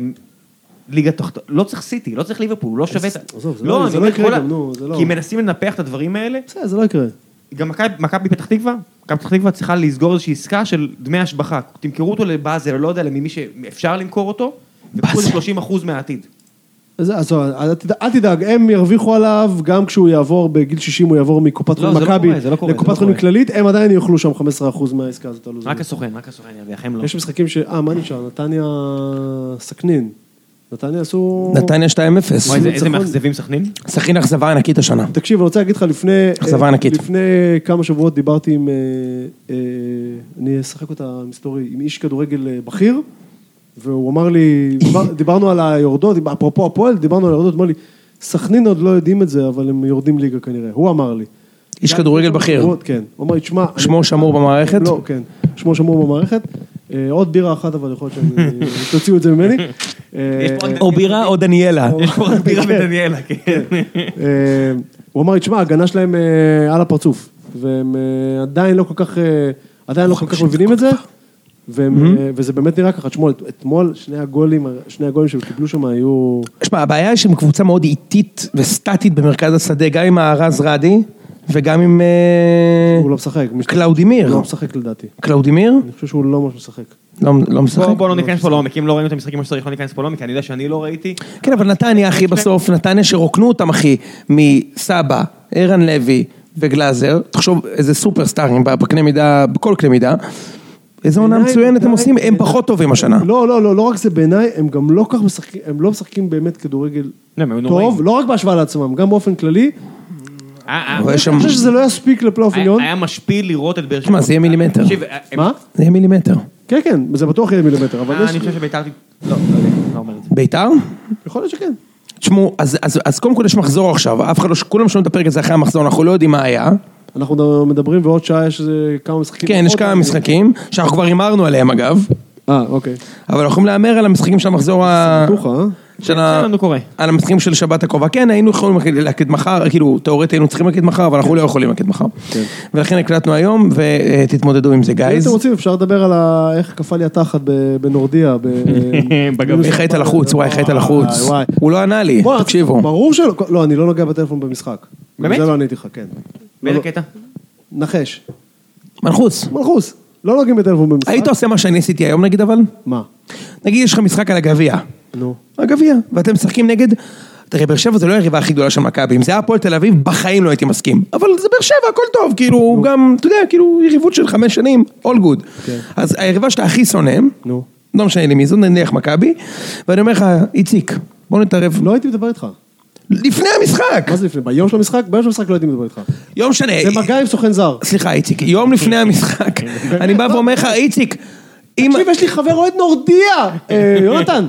ליגה תחת... לא צריך סיטי, לא צריך ליברפול, לא שווה את...
עזוב, זה לא- זה
אני
לא
אומר,
יקרה
כל ה-
גם, נו, זה לא-
כי מנסים לנפח את הדברים האלה.
בסדר, זה לא יקרה.
גם מכבי- מכבי פתח תקווה, מכבי פתח תקווה צריכה לסגור איזושהי עסקה של דמי השבחה. תמכרו אותו לבאזל, לא יודע, למי שאפשר למכור אותו, וקחו
באזל.
איזה 30 אחוז מהעתיד.
אז אז טוב, אל תדאג- אל תדאג, הם ירוויחו עליו, גם כשהוא יעבור בגיל 60, הוא יעבור מקופת
לא,
חולים
זה לא
מכבי
קורה, זה לא קורה, זה לא
לקופת חולים
קורה.
כללית, הם עדיין יאכלו שם 15% מהעסקה הזאת. לא זה.
רק הסוכן, רק הסוכן ירוויח, הם לא.
יש משחקים ש... אה, מה נשאר? נתניה סכנין. נתניה עשו...
נתניה 2-0.
וואי, איזה-
ניצחון.
איזה מאכזבים סכנין?
סכין אכזבה ענקית השנה.
תקשיב, אני רוצה להגיד לך, לפני...
אכזבה
אה,
ענקית.
לפני כמה שבועות דיברתי עם... אה, אה, אני אשחק אותה מסתורי, עם איש כדורגל אה, בכיר, והוא אמר לי, דיבר- *coughs* דיברנו על היורדות, דיבר- אפרופו הפועל, דיברנו על היורדות, הוא אמר לי, סכנין עוד לא יודעים את זה, אבל הם יורדים ליגה כנראה, הוא אמר לי.
איש כדורגל בכיר.
הוא- כן, הוא אמר לי, תשמע... אני-
שמו שמור במערכת?
לא, כן, שמו שמור במערכת. אה, עוד בירה אחת, אבל יכול להיות
*laughs*
שתוציאו את זה ממני. אה,
יש פה רק-
או בירה או דניאלה.
יש פה רק בירה ודניאלה, כן.
אה, הוא אמר לי, תשמע, ההגנה שלהם אה, על הפרצוף, והם אה, עדיין לא כל כך, אה, עדיין לא כל כך מבינים את זה, והם, אה, וזה באמת נראה ככה, תשמעו, את- אתמול שני הגולים, שני הגולים שהם קיבלו שם היו...
שמע, הבעיה היא שהם קבוצה מאוד איטית וסטטית במרכז השדה, גם עם הרז רדי וגם עם אה,
הוא לא משחק. מי שאתה-
קלאודימיר.
הוא לא משחק לדעתי.
קלאודימיר.
אני חושב שהוא לא ממש משחק.
לא- לא משחק.
בואו
כן.
לא ניכנס פה לעומק, אם לא ראינו את המשחקים כמו שצריך, לא ניכנס פה לעומק, אני יודע שאני לא ראיתי.
כן, אבל נתניה, אחי, בסוף, נתניה שרוקנו אותם, אחי, מסבא, ערן לוי וגלאזר, תחשוב איזה סופרסטארים בקנה מידה, בכל קנה מידה, איזה עונה
בעיניי-
מצוינת הם
בעיניי-
עושים, הם פחות טובים השנה.
לא, לא, לא, לא רק זה בעיניי, הם גם לא כך משחקים, הם לא משחקים באמת כדורגל
לא, הם היו נוראים.
טוב, לא רק בהשוואה לעצמם, גם באופן כללי.
אה, אה,
אבל יש שם-
אני חושב שזה לא יספיק לפלייאוף
היה
עליון.
היה משפיל לראות את באר שבע.
תשמע, זה יהיה מילימטר.
תקשיב, אה, הם-
מה?
זה יהיה מילימטר.
כן, כן, זה בטוח יהיה מילימטר, אבל
אה,
יש...
אני חושב שביתר... ת- לא, לא יודע, לא אומר את זה.
ביתר?
יכול להיות שכן.
תשמעו, אז, אז, אז קודם כל יש מחזור עכשיו, אף אחד לא, ש- כולם שומעים את הפרק הזה אחרי המחזור, אנחנו לא יודעים מה היה.
אנחנו מדברים ועוד שעה יש איזה כמה משחקים.
כן, יש
עוד
כמה
אני-
משחקים, שאנחנו כבר הימרנו עליהם אגב,
אה, אוקיי.
אבל אנחנו יכולים להמר על המשחקים של המחזור ה...
בטוחה, אה?
של ה...
בסדר, נו, קורה.
על המשחקים של שבת הקרובה. כן, היינו יכולים להקליט מחר, כאילו, תאורטית היינו צריכים להקליט מחר, אבל
כן.
אנחנו לא יכולים להקליט מחר. ולכן הקלטנו היום, ותתמודדו עם זה,
אם אתם
גייז.
רוצים אפשר לדבר על ה- איך קפא לי התחת ב-
*laughs*
בנורדיה. ב- אה,
בגביע.
איך היית לחוץ? וואי, איך היית לחוץ?
וואי, וואי.
הוא לא ענה לי,
בוא,
תקשיבו.
ברור שלא, לא, אני לא נוגע בטלפון במשחק.
באמת?
זה לא עניתי לך, כן.
באיזה
לא,
קטע?
נחש.
מנחוס,
מלחוס, לא נוגעים בטלפון במשחק.
היית עושה מה שאני עשיתי היום נגיד אבל?
מה?
נגיד יש לך משחק על הגביע.
נו.
הגביע, ואתם משחקים נגד... תראה, באר שבע זה לא היריבה הכי גדולה של מכבי, אם זה היה הפועל תל אביב, בחיים לא הייתי מסכים. אבל זה באר שבע, הכל טוב, כאילו, גם, אתה יודע, כאילו, יריבות של חמש שנים, all good. אז היריבה שאתה הכי שונא,
אוקיי. נו.
לא משנה לי מי זאת, נניח מכבי, ואני אומר לך, איציק, בוא נתערב,
לא הייתי מדבר איתך.
לפני המשחק,
מה זה לפני? ביום של המשחק? ביום של המשחק לא הייתי מדבר איתך.
יום משנה,
זה מגע עם סוכן זר.
סליחה איציק, יום לפני
*laughs*
המשחק, אני בא ואומר לך, איציק, אם...
תקשיב, יש לי חבר אוהד נורדיה, אה, יונתן.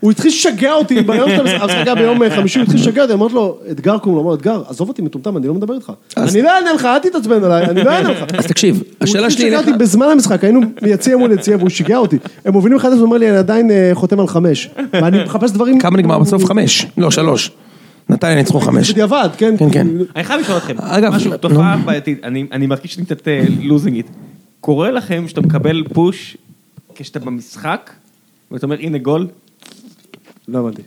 הוא התחיל לשגע אותי ביום של המשחק, המשחק היה ביום אה, חמישי, הוא התחיל לשגע אותי, אמרתי לו, אתגר קוראים לו, אמר לו, אתגר, עזוב אותי מטומטם, אני לא מדבר איתך.
אז-
אני לא אענה לך, אל תתעצבן עליי, אני לא אענה לך.
אז תקשיב,
הוא
השאלה
התחיל
שלי
לשגע
אליך,
אותי בזמן המשחק, היינו מיציע מול יציע והוא שיגע אותי. הם מובילים אחד, אז הוא אומר לי, אני עדיין אה, חותם על חמש. ואני מחפש דברים...
כמה נגמר בסוף? חמש, לא, שלוש. נתניה ניצחו חמש.
בדיעבד, כן.
כן, כן.
אני חייב לשאול אתכם,
אגב,
משהו,
לא-
תופעה בעייתית, אני אני מרגיש שאני קצת לוזינג איט. קורה לכם שאתה מקבל פוש כשאתה במשחק, ואתה אומר הנה גול? *laughs*
לא הבנתי.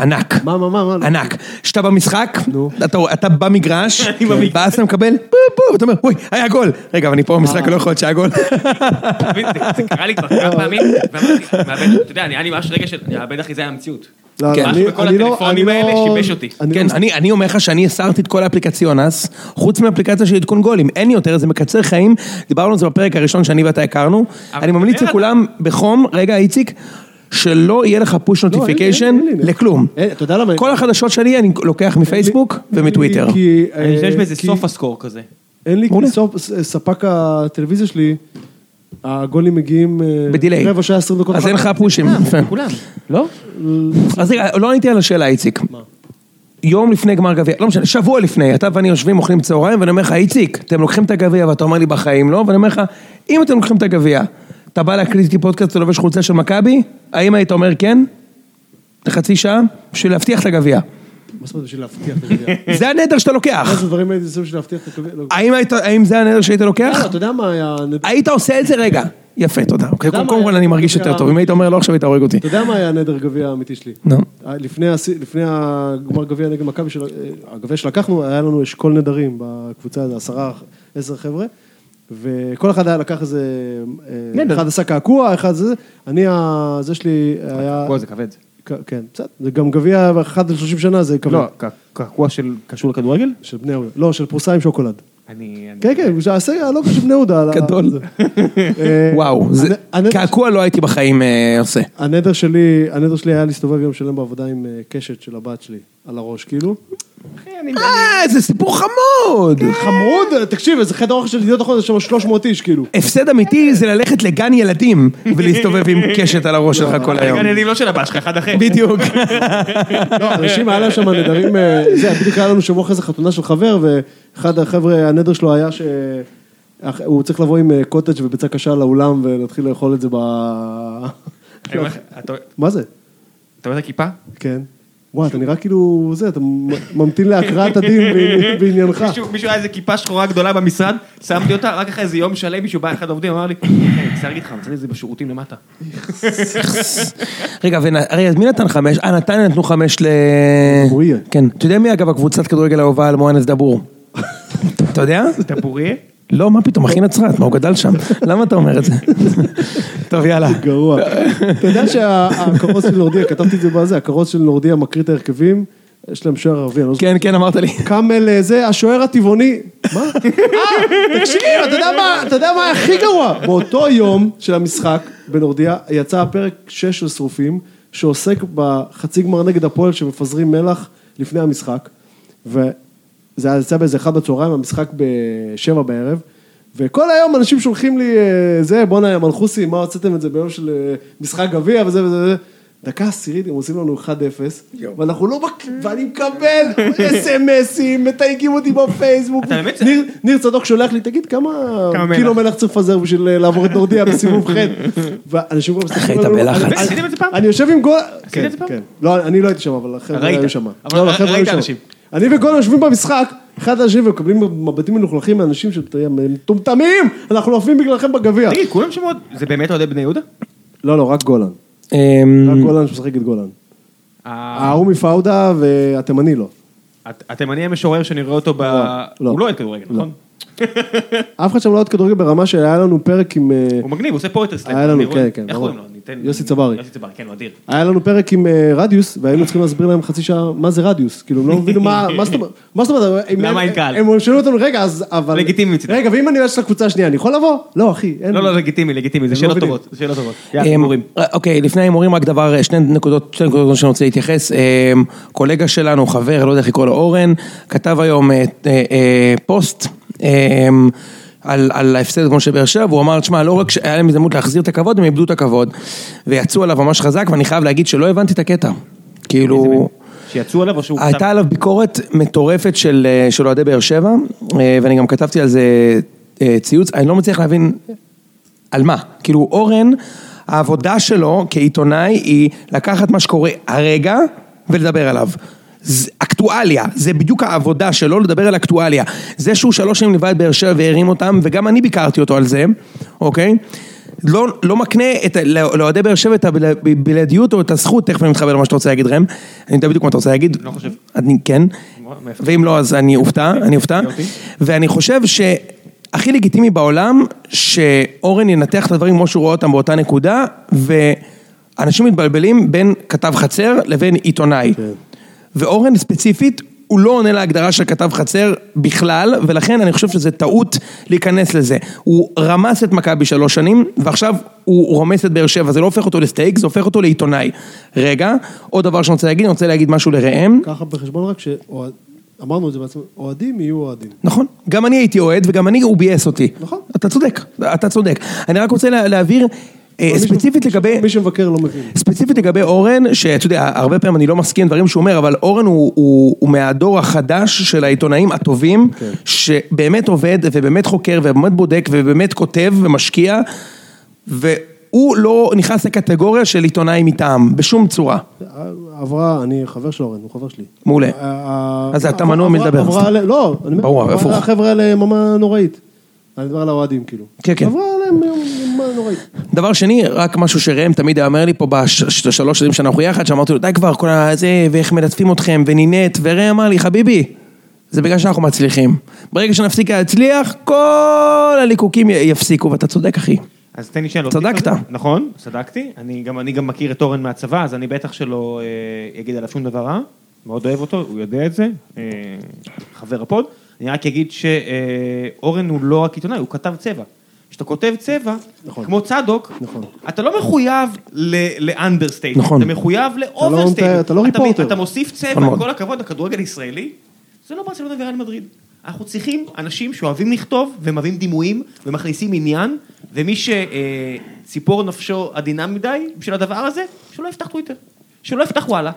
ענק.
מה, מה, מה, מה? לא.
ענק. כשאתה במשחק,
נו.
אתה, אתה במגרש,
אני במגרש.
ואז אתה מקבל, פו פו, ואתה אומר, אוי, היה גול. רגע, אבל אני פה במשחק, לא יכול להיות שהיה גול.
אתה מבין? זה- זה קרה לי כבר כמה פעמים, ואמרתי, "מאבד", אתה יודע, אני- היה לי ממש רגע של, אני מאבד אחי, זה היה המציאות.
לא,
כן.
לא,
משהו
אני-
בכל
אני לא-
הטלפונים
אני לא-
האלה שיבש אותי.
אני לא
כן, אני, אני אומר לך שאני הסרתי את כל האפליקציונס, חוץ מאפליקציה של עדכון גולים, אין יותר, זה מקצר חיים, דיברנו על זה בפרק הראשון שאני ואתה הכרנו,
אבל
אני ממליץ
תראה,
לכולם בחום, רגע איציק, שלא יהיה לך פוש
לי,
נוטיפיקיישן
אין לי, אין לי.
לכלום.
אה, אתה יודע למה?
כל החדשות שלי אני לוקח מפייסבוק
אין לי-
ומטוויטר.
כי, אה,
אני משתמש באיזה
כי-
סוף הסקור כזה.
אין לי,
מעולה.
כי סופ- ס- ספק הטלוויזיה שלי, הגולים מגיעים... אה,
בדיליי.
רבע שעה, עשרים דקות.
אז אין לך פושים. יפה.
כולם.
לא? אז רגע, לא עניתי על השאלה, איציק. יום לפני גמר גביע, לא משנה, שבוע לפני, אתה ואני יושבים, אוכלים צהריים, ואני אומר לך, איציק, אתם לוקחים את הגביע, ואתה אומר לי בחיים לא, ואני אומר לך, אם אתם לוקחים את הגביע, אתה בא להקליט איתי פודקאסט, אתה לובש חולצה של מכבי, האם היית אומר כן? לחצי שעה? בשביל להבטיח את הגביע.
מה זאת אומרת בשביל להבטיח את הגביע? *laughs*
זה הנדר שאתה לוקח.
איזה דברים הייתי עושה בשביל להבטיח את הגביע? לא.
האם היית- האם זה הנדר שהיית לוקח?
יאללה, אתה יודע מה היה... הנד-
היית עושה את זה רגע. יפה, תודה. אוקיי,
יודע מה
קודם
היה
כל אני מרגיש יותר
בגביע-
טוב, אם היית אומר לא עכשיו היית הורג אותי.
אתה יודע מה היה הנדר גביע האמיתי שלי? אה,
נו.
לפני, הס- לפני הגמר גביע נגד מכבי, של- אה, הגביע שלקחנו, היה לנו אשכול נדרים בקבוצה הזו, עשרה, עשר חבר'ה, וכל אחד היה לקח איזה, אה,
נדר.
אחד עשה קעקוע, אחד זה, אני, ה- זה שלי היה,
קעקוע זה כבד.
ק- כן, בסדר, זה גם גביע אחד ל-30 שנה, זה כבד,
לא, ק- קעקוע של קשור לכדורגל?
של בני יהודה, לא, של פרוסה עם שוקולד.
אני...
כן, כן, זה הסגל הלוגו של בני יהודה. על ה-
גדול.
זה. אה,
וואו, זה-
הנ- הנ-
קעקוע לא הייתי בחיים אה, עושה.
הנדר שלי, הנדר שלי היה להסתובב יום שלם בעבודה עם אה, קשת של הבת שלי על הראש, כאילו.
אני...
אה, איזה סיפור חמוד.
חמוד, אה, תקשיב, איזה חדר אוכל של ידיעות אחרונות, יש שם 300 איש, כאילו.
הפסד אמיתי זה ללכת לגן ילדים ולהסתובב עם קשת על הראש שלך כל היום.
רגע, אני לא של הבא שלך, אחד אחר.
בדיוק.
*laughs* לא, אנשים היה להם שם נדרים, אה, זה, בדיוק היה לנו שבוע אחרי זה חתונה של חבר, ואחד החבר'ה, הנדר שלו היה ש... אח- הוא צריך לבוא עם אה, קוטג' וביצה קשה לאולם ולהתחיל לאכול את זה ב...
אני אומר לך, אתה
מה זה?
אתה רואה את הכיפה?
כן. וואי, אתה נראה כאילו, זה, אתה מ- ממתין להקראת הדין בעני- בעניינך.
מישהו- מישהו היה איזה כיפה שחורה גדולה במשרד, שמתי אותה, רק אחרי איזה יום שלם מישהו בא, אחד העובדים אמר לי, "כן, אני מצטער להגיד לך, מצאתי את זה בשירותים למטה.
רגע, ונ- רגע, אז מי נתן חמש? אה, נתניה נתנו חמש ל...
דבוריה.
כן. אתה יודע מי אגב הקבוצת כדורגל האהובה על מואנס דבור? אתה יודע?
דבוריה?
לא, מה פתאום, אחי נצרת, מה הוא גדל שם? למה אתה אומר את זה? טוב, יאללה.
גרוע. אתה יודע שהכרוז של נורדיה, כתבתי את זה בזה, הכרוז של נורדיה מקריא את ההרכבים, יש להם שוער ערבי, אני לא זוכר.
כן, כן, אמרת לי.
קאמל אה, זה, השוער הטבעוני, מה? אה, תקשיב, אתה יודע מה, אתה יודע מה הכי גרוע? באותו יום של המשחק בנורדיה, יצא הפרק 6 של שרופים, שעוסק בחצי גמר נגד הפועל שמפזרים מלח לפני המשחק, וזה היה- יצא באיזה אחד בצהריים, המשחק בשבע בערב. וכל היום אנשים שולחים לי, אה, זה, בואנה, יא מנחוסי, מה הוצאתם את זה ביום של אה, משחק גביע וזה וזה וזה. דקה עשירית, הם עושים לנו 1-0, ואנחנו לא בק... ואני מקבל אס.אם.אסים, מתייגים אותי בפייסבוק.
אתה באמת-
ניר, ניר צדוק שולח לי, תגיד, כמה,
כמה מלח?"
קילו מלח צריך לפזר בשביל אה, לעבור את נורדיה בסיבוב חן? ואנשים כבר
היית בלחץ.
אני-
עשיתם את זה פעם?
אני יושב עם גול...
עשיתם את זה פעם?
כן, כן. לא, אני לא הייתי שם, אבל החבר'ה
ראית.
היו שם.
אבל
לא,
ר-
החבר'ה
ראית
היו שם.
אנשים.
אני וגולן יושבים במשחק, אחד על השני ומקבלים מבטים מלוכלכים מאנשים שאתה יודע, הם מטומטמים, אנחנו עופים בגללכם
*laughs*
בגביע.
תגיד, כולם שם עוד, זה באמת אוהדי בני יהודה?
לא, לא, רק גולן.
אמ,
רק גולן שמשחק את גולן.
ה-
ההוא מפאודה והתימני לא.
הת- התימני המשורר שנראה אותו ב...
לא.
הוא לא אוהד כדורגל, נכון?
אף אחד שם לא עוד כדורגל ברמה שהיה לנו פרק עם... אה,
הוא מגניב, הוא עושה פואטר סלאם.
היה לנו,
אני רואה-
כן, כן,
איך
ברור.
קוראים לו? אני אתן-
יוסי צברי.
יוסי צברי, כן, הוא אדיר.
היה לנו פרק עם אה, רדיוס, והיינו צריכים להסביר להם חצי שעה מה זה רדיוס, כאילו הם לא מבינו מה מה זאת אומרת, מה זאת אומרת, הם-
למה
הם-
אין קהל?
הם שאלו אותנו רגע, אז אבל,
לגיטימי מצידם.
רגע, ואם אני הולך לקבוצה השנייה, אני יכול לבוא? לא אחי, אין,
לא, לא, לגיטימי, לגיטימי, זה
הם לא
שאלות
מבינים.
טובות, זה שאלות טובות. יאללה, כן, הימורים.
אמ, ר- אוקיי, לפני ההימורים רק דבר, שני נקודות, שתי נקודות שאני רוצה להתייחס. אמ, קולגה שלנו, חבר, לא יודע איך לקרוא לו, אורן, כתב היום אה, אה, אה, פוסט. אמ, על, על ההפסד אתמול של באר שבע, והוא אמר, תשמע, לא רק שהיה להם הזדמנות להחזיר את הכבוד, הם איבדו את הכבוד, ויצאו עליו ממש חזק, ואני חייב להגיד שלא הבנתי את הקטע. כאילו...
שיצאו עליו או שהוא...
הייתה עליו ביקורת מטורפת של אה, של אוהדי באר שבע, אה, ואני גם כתבתי על זה אה, ציוץ, אני לא מצליח להבין על מה. כאילו אורן, העבודה שלו כעיתונאי היא לקחת מה שקורה הרגע ולדבר עליו. זה אקטואליה, זה בדיוק העבודה שלו לדבר על אקטואליה. זה שהוא שלוש שנים ליווה את באר שבע והרים אותם, וגם אני ביקרתי אותו על זה, אוקיי? לא, לא מקנה את, ה- לא- לאוהדי באר שבע את הבלעדיות או את הזכות, תכף אני מתחבר למה שאתה רוצה להגיד ראם, אני יודע בדיוק מה אתה רוצה להגיד.
לא חושב.
אני, כן.
וואו, מאיפה?
ואם לא, אז אני אופתע, אני אופתע.
יופי.
ואני חושב שהכי לגיטימי בעולם, שאורן ינתח את הדברים כמו שהוא רואה אותם באותה נקודה, ואנשים מתבלבלים בין כתב חצר לבין עיתונאי. ואורן ספציפית, הוא לא עונה להגדרה של כתב חצר בכלל, ולכן אני חושב שזה טעות להיכנס לזה. הוא רמס את מכבי שלוש שנים, ועכשיו הוא רומס את באר שבע, זה לא הופך אותו לסטייק, זה הופך אותו לעיתונאי. רגע, עוד דבר שאני רוצה להגיד, אני רוצה להגיד משהו לראם.
לא.
קח בחשבון רק שאמרנו את זה בעצמנו, אוהדים יהיו אוהדים.
נכון, גם אני הייתי אוהד וגם אני, הוא ביאס אותי.
נכון.
אתה צודק, אתה צודק. אני רק רוצה לה- להבהיר, אה,
אבל מי
ספציפית
ש-
לגבי...
מי שמבקר לא מבין.
ספציפית לגבי אורן, שאתה יודע, הרבה פעמים אני לא מסכים עם דברים שהוא אומר, אבל אורן הוא, הוא, הוא מהדור החדש של העיתונאים הטובים, כן. שבאמת עובד ובאמת חוקר ובאמת בודק ובאמת כותב ומשקיע, והוא לא נכנס לקטגוריה של עיתונאי מטעם, בשום צורה.
עברה, אני חבר של אורן, הוא חבר שלי.
מעולה.
אה,
אז
אה,
אתה מנוע
עברה-
מלדבר,
עברה
סתם.
עלי- לא, אני אומר,
ברור,
עברה
הפוך.
על החבר'ה האלה יממה נוראית. אני מדבר על האוהדים כאילו.
כן, כן.
עברה להם מה נוראית.
דבר שני, רק משהו שראם תמיד היה אומר לי פה בשלוש שנים שאנחנו יחד, שאמרתי לו, די כבר, כל הזה, ואיך מלטפים אתכם, ונינט, וראם אמר לי, חביבי, זה בגלל שאנחנו מצליחים. ברגע שנפסיק להצליח, כל הליקוקים י- יפסיקו, ואתה צודק, אחי.
אז תן לי שאלות.
צדקת.
נכון, צדקתי. אני גם, אני גם מכיר את אורן מהצבא, אז אני בטח שלא אה, אגיד עליו שום דבר רע. מאוד אוהב אותו, הוא יודע את זה. אה, חבר הפוד. אני רק אגיד שאורן הוא לא רק עיתונאי, הוא כתב צבע. כשאתה כותב צבע,
נכון.
כמו צדוק,
נכון.
אתה לא מחויב ל- לאנדרסטייט,
נכון.
אתה מחויב לאוברסטייט,
מתאר, אתה לא ריפורטר.
אתה מוסיף
נכון
צבע,
מאוד.
כל הכבוד, הכדורגל הישראלי, זה לא ברצלונה וריאל מדריד. אנחנו צריכים אנשים שאוהבים לכתוב ומביאים דימויים ומכניסים עניין, ומי שציפור נפשו עדינה מדי בשביל הדבר הזה, שלא יפתח טוויטר, שלא יפתח וואלה.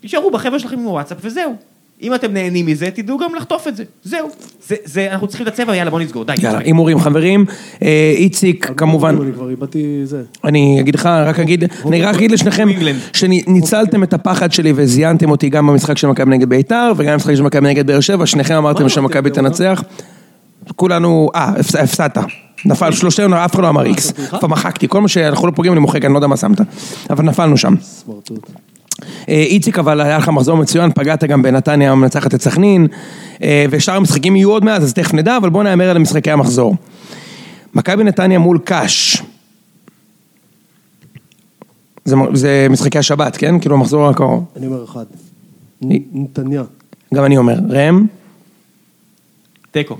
תישארו בחבר'ה שלכם עם הוואטסאפ וזהו. אם אתם נהנים מזה, תדעו גם לחטוף את זה. זהו. זה, זה, אנחנו צריכים את הצבע, יאללה, בוא נסגור, די.
יאללה, הימורים, חברים. אה, איציק, כמובן.
אני כבר איבדתי זה.
אני אגיד לך, רק אגיד, אני רק אגיד לשניכם,
אינגלנד.
שניצלתם את הפחד שלי וזיינתם אותי גם במשחק של מכבי נגד ביתר, וגם במשחק של מכבי נגד באר שבע, שניכם אמרתם שמכבי תנצח. כולנו, אה, הפס- הפסדת. נפל שלושתנו, אף אחד לא אמר איקס. כבר מחקתי, כל מה שאנחנו לא פוגעים אני מוחק, אני לא יודע מה שמת. אבל נפלנו שם.
סמרטוט.
אה, איציק, אבל היה לך מחזור מצוין, פגעת גם בנתניה המנצחת את סכנין, אה, ושאר המשחקים יהיו עוד מאז, אז תכף נדע, אבל בואו נהמר על משחקי המחזור. מכבי נתניה מול קאש. זה, מ- זה משחקי השבת, כן? כאילו המחזור הקרוב.
אני אומר אחד.
אני-
נ- נתניה.
גם אני אומר. ראם,
תיקו.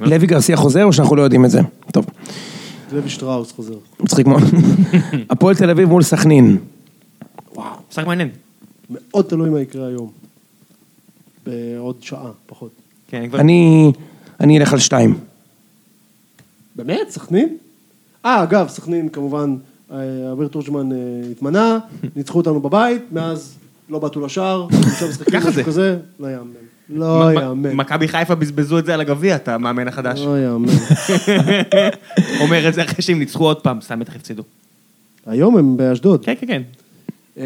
לוי גרסיה חוזר או שאנחנו לא יודעים את זה? טוב,
לוי שטראוס חוזר.
מצחיק מאוד. הפועל תל אביב מול סכנין.
משחק מעניין.
מאוד תלוי מה יקרה היום. בעוד שעה, פחות.
כן, אני כבר...
אני, אני אלך על שתיים.
באמת? סכנין? אה, אגב, סכנין כמובן, אה, אביר תורג'מן אה,
*laughs*
התמנה, ניצחו אותנו בבית, מאז לא בעטו לשער, עכשיו משחקים
ככה זה.
משהו כזה, לא יאמן. לא
מ-
יאמן.
מכבי חיפה בזבזו את זה על הגביע, אתה המאמן החדש.
לא
*laughs*
יאמן.
אומר את זה אחרי שהם ניצחו עוד פעם, סתם בטח הפסידו.
היום הם באשדוד.
כן, כן, כן.
אה,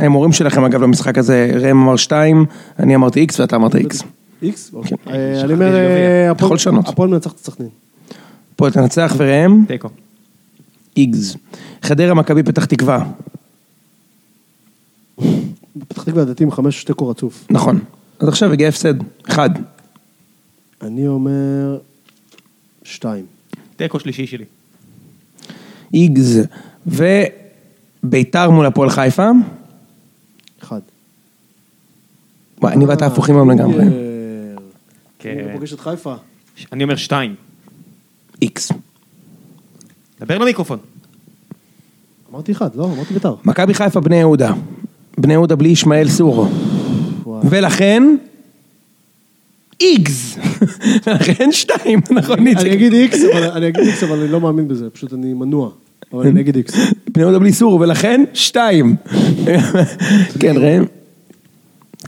ההימורים שלכם אגב למשחק הזה, ראם אמר שתיים, אני אמרתי איקס ואתה אמרת איקס.
איקס? אוקיי.
כן.
אה,
שכחתי
אני אומר,
לגביע.
אה, הפועל-
יכול לשנות.
הפועל מנצח את סכנין.
הפועל תנצח וראם?
תיקו.
איגז. חדרה, מכבי, פתח תקווה.
פתח תקווה דתיים חמש תיקו רצוף.
נכון. אז עכשיו הגיע הפסד. אחד.
אני אומר, שתיים.
תיקו שלישי שלי.
איגז. וביתר מול הפועל חיפה.
אחד.
וואי, אני ואתה הפוכים היום לגמרי.
אה,
כן.
אני פוגש את חיפה.
אני אומר שתיים.
איקס.
דבר למיקרופון.
אמרתי אחד, לא, אמרתי ביתר.
מכבי חיפה, בני יהודה. בני יהודה בלי ישמעאל סורו.
וואי.
ולכן... איגז. *laughs* ולכן שתיים, נכון?
אני
איציק?
אגיד איקס, אבל אני אגיד איקס, אבל אני לא מאמין בזה, פשוט אני מנוע. אבל אני אגיד איקס.
בני יהודה בלי סורו, ולכן שתיים. כן, ראם?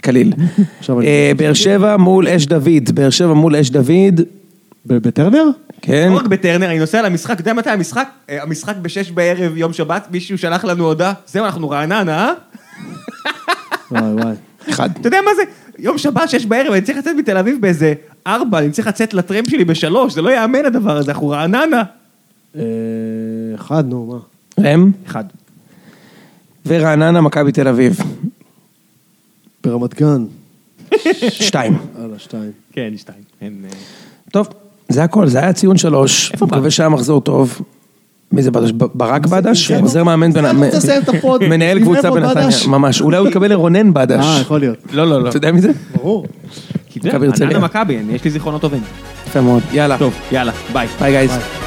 קליל.
עכשיו אני-
אה, באר שבע מול אש דוד. באר שבע מול אש דוד.
ב- בטרנר?
כן.
לא רק בטרנר, אני נוסע למשחק, אתה יודע מתי המשחק? אה, המשחק בשש בערב יום שבת, מישהו שלח לנו הודעה, זהו, אנחנו רעננה, אה?
וואי וואי.
אחד.
אתה יודע מה זה? יום שבת, שש בערב, אני צריך לצאת מתל אביב באיזה ארבע, אני צריך לצאת לטרם שלי בשלוש, זה לא ייאמן הדבר הזה, אנחנו רעננה.
אה, אחד, נו, מה?
ראם?
אחד.
ורעננה, מכבי תל אביב.
ברמת גן.
שתיים.
יאללה, שתיים.
כן, שתיים. אין, אה,
טוב, זה הכל, זה היה ציון שלוש.
איפה
מקווה
ברק?
שהיה מחזור טוב. מי זה בדש? ב- ברק בדש? עוזר מאמן בנ-
אני רוצה לסיים את הפוד.
*laughs* מנהל
עם
קבוצה
רבו
בנתניה.
בדש.
ממש. אולי הוא יתקבל לרונן בדש.
אה, יכול להיות.
לא, לא, לא.
אתה יודע מי זה?
ברור.
כי אתה יודע,
מכבי הרצליה.
רעננה מכבי, אני- יש לי זיכרונות טובים. אה.
יפה מאוד. יאללה.
טוב, יאללה, ביי.
ביי גייז.
ביי.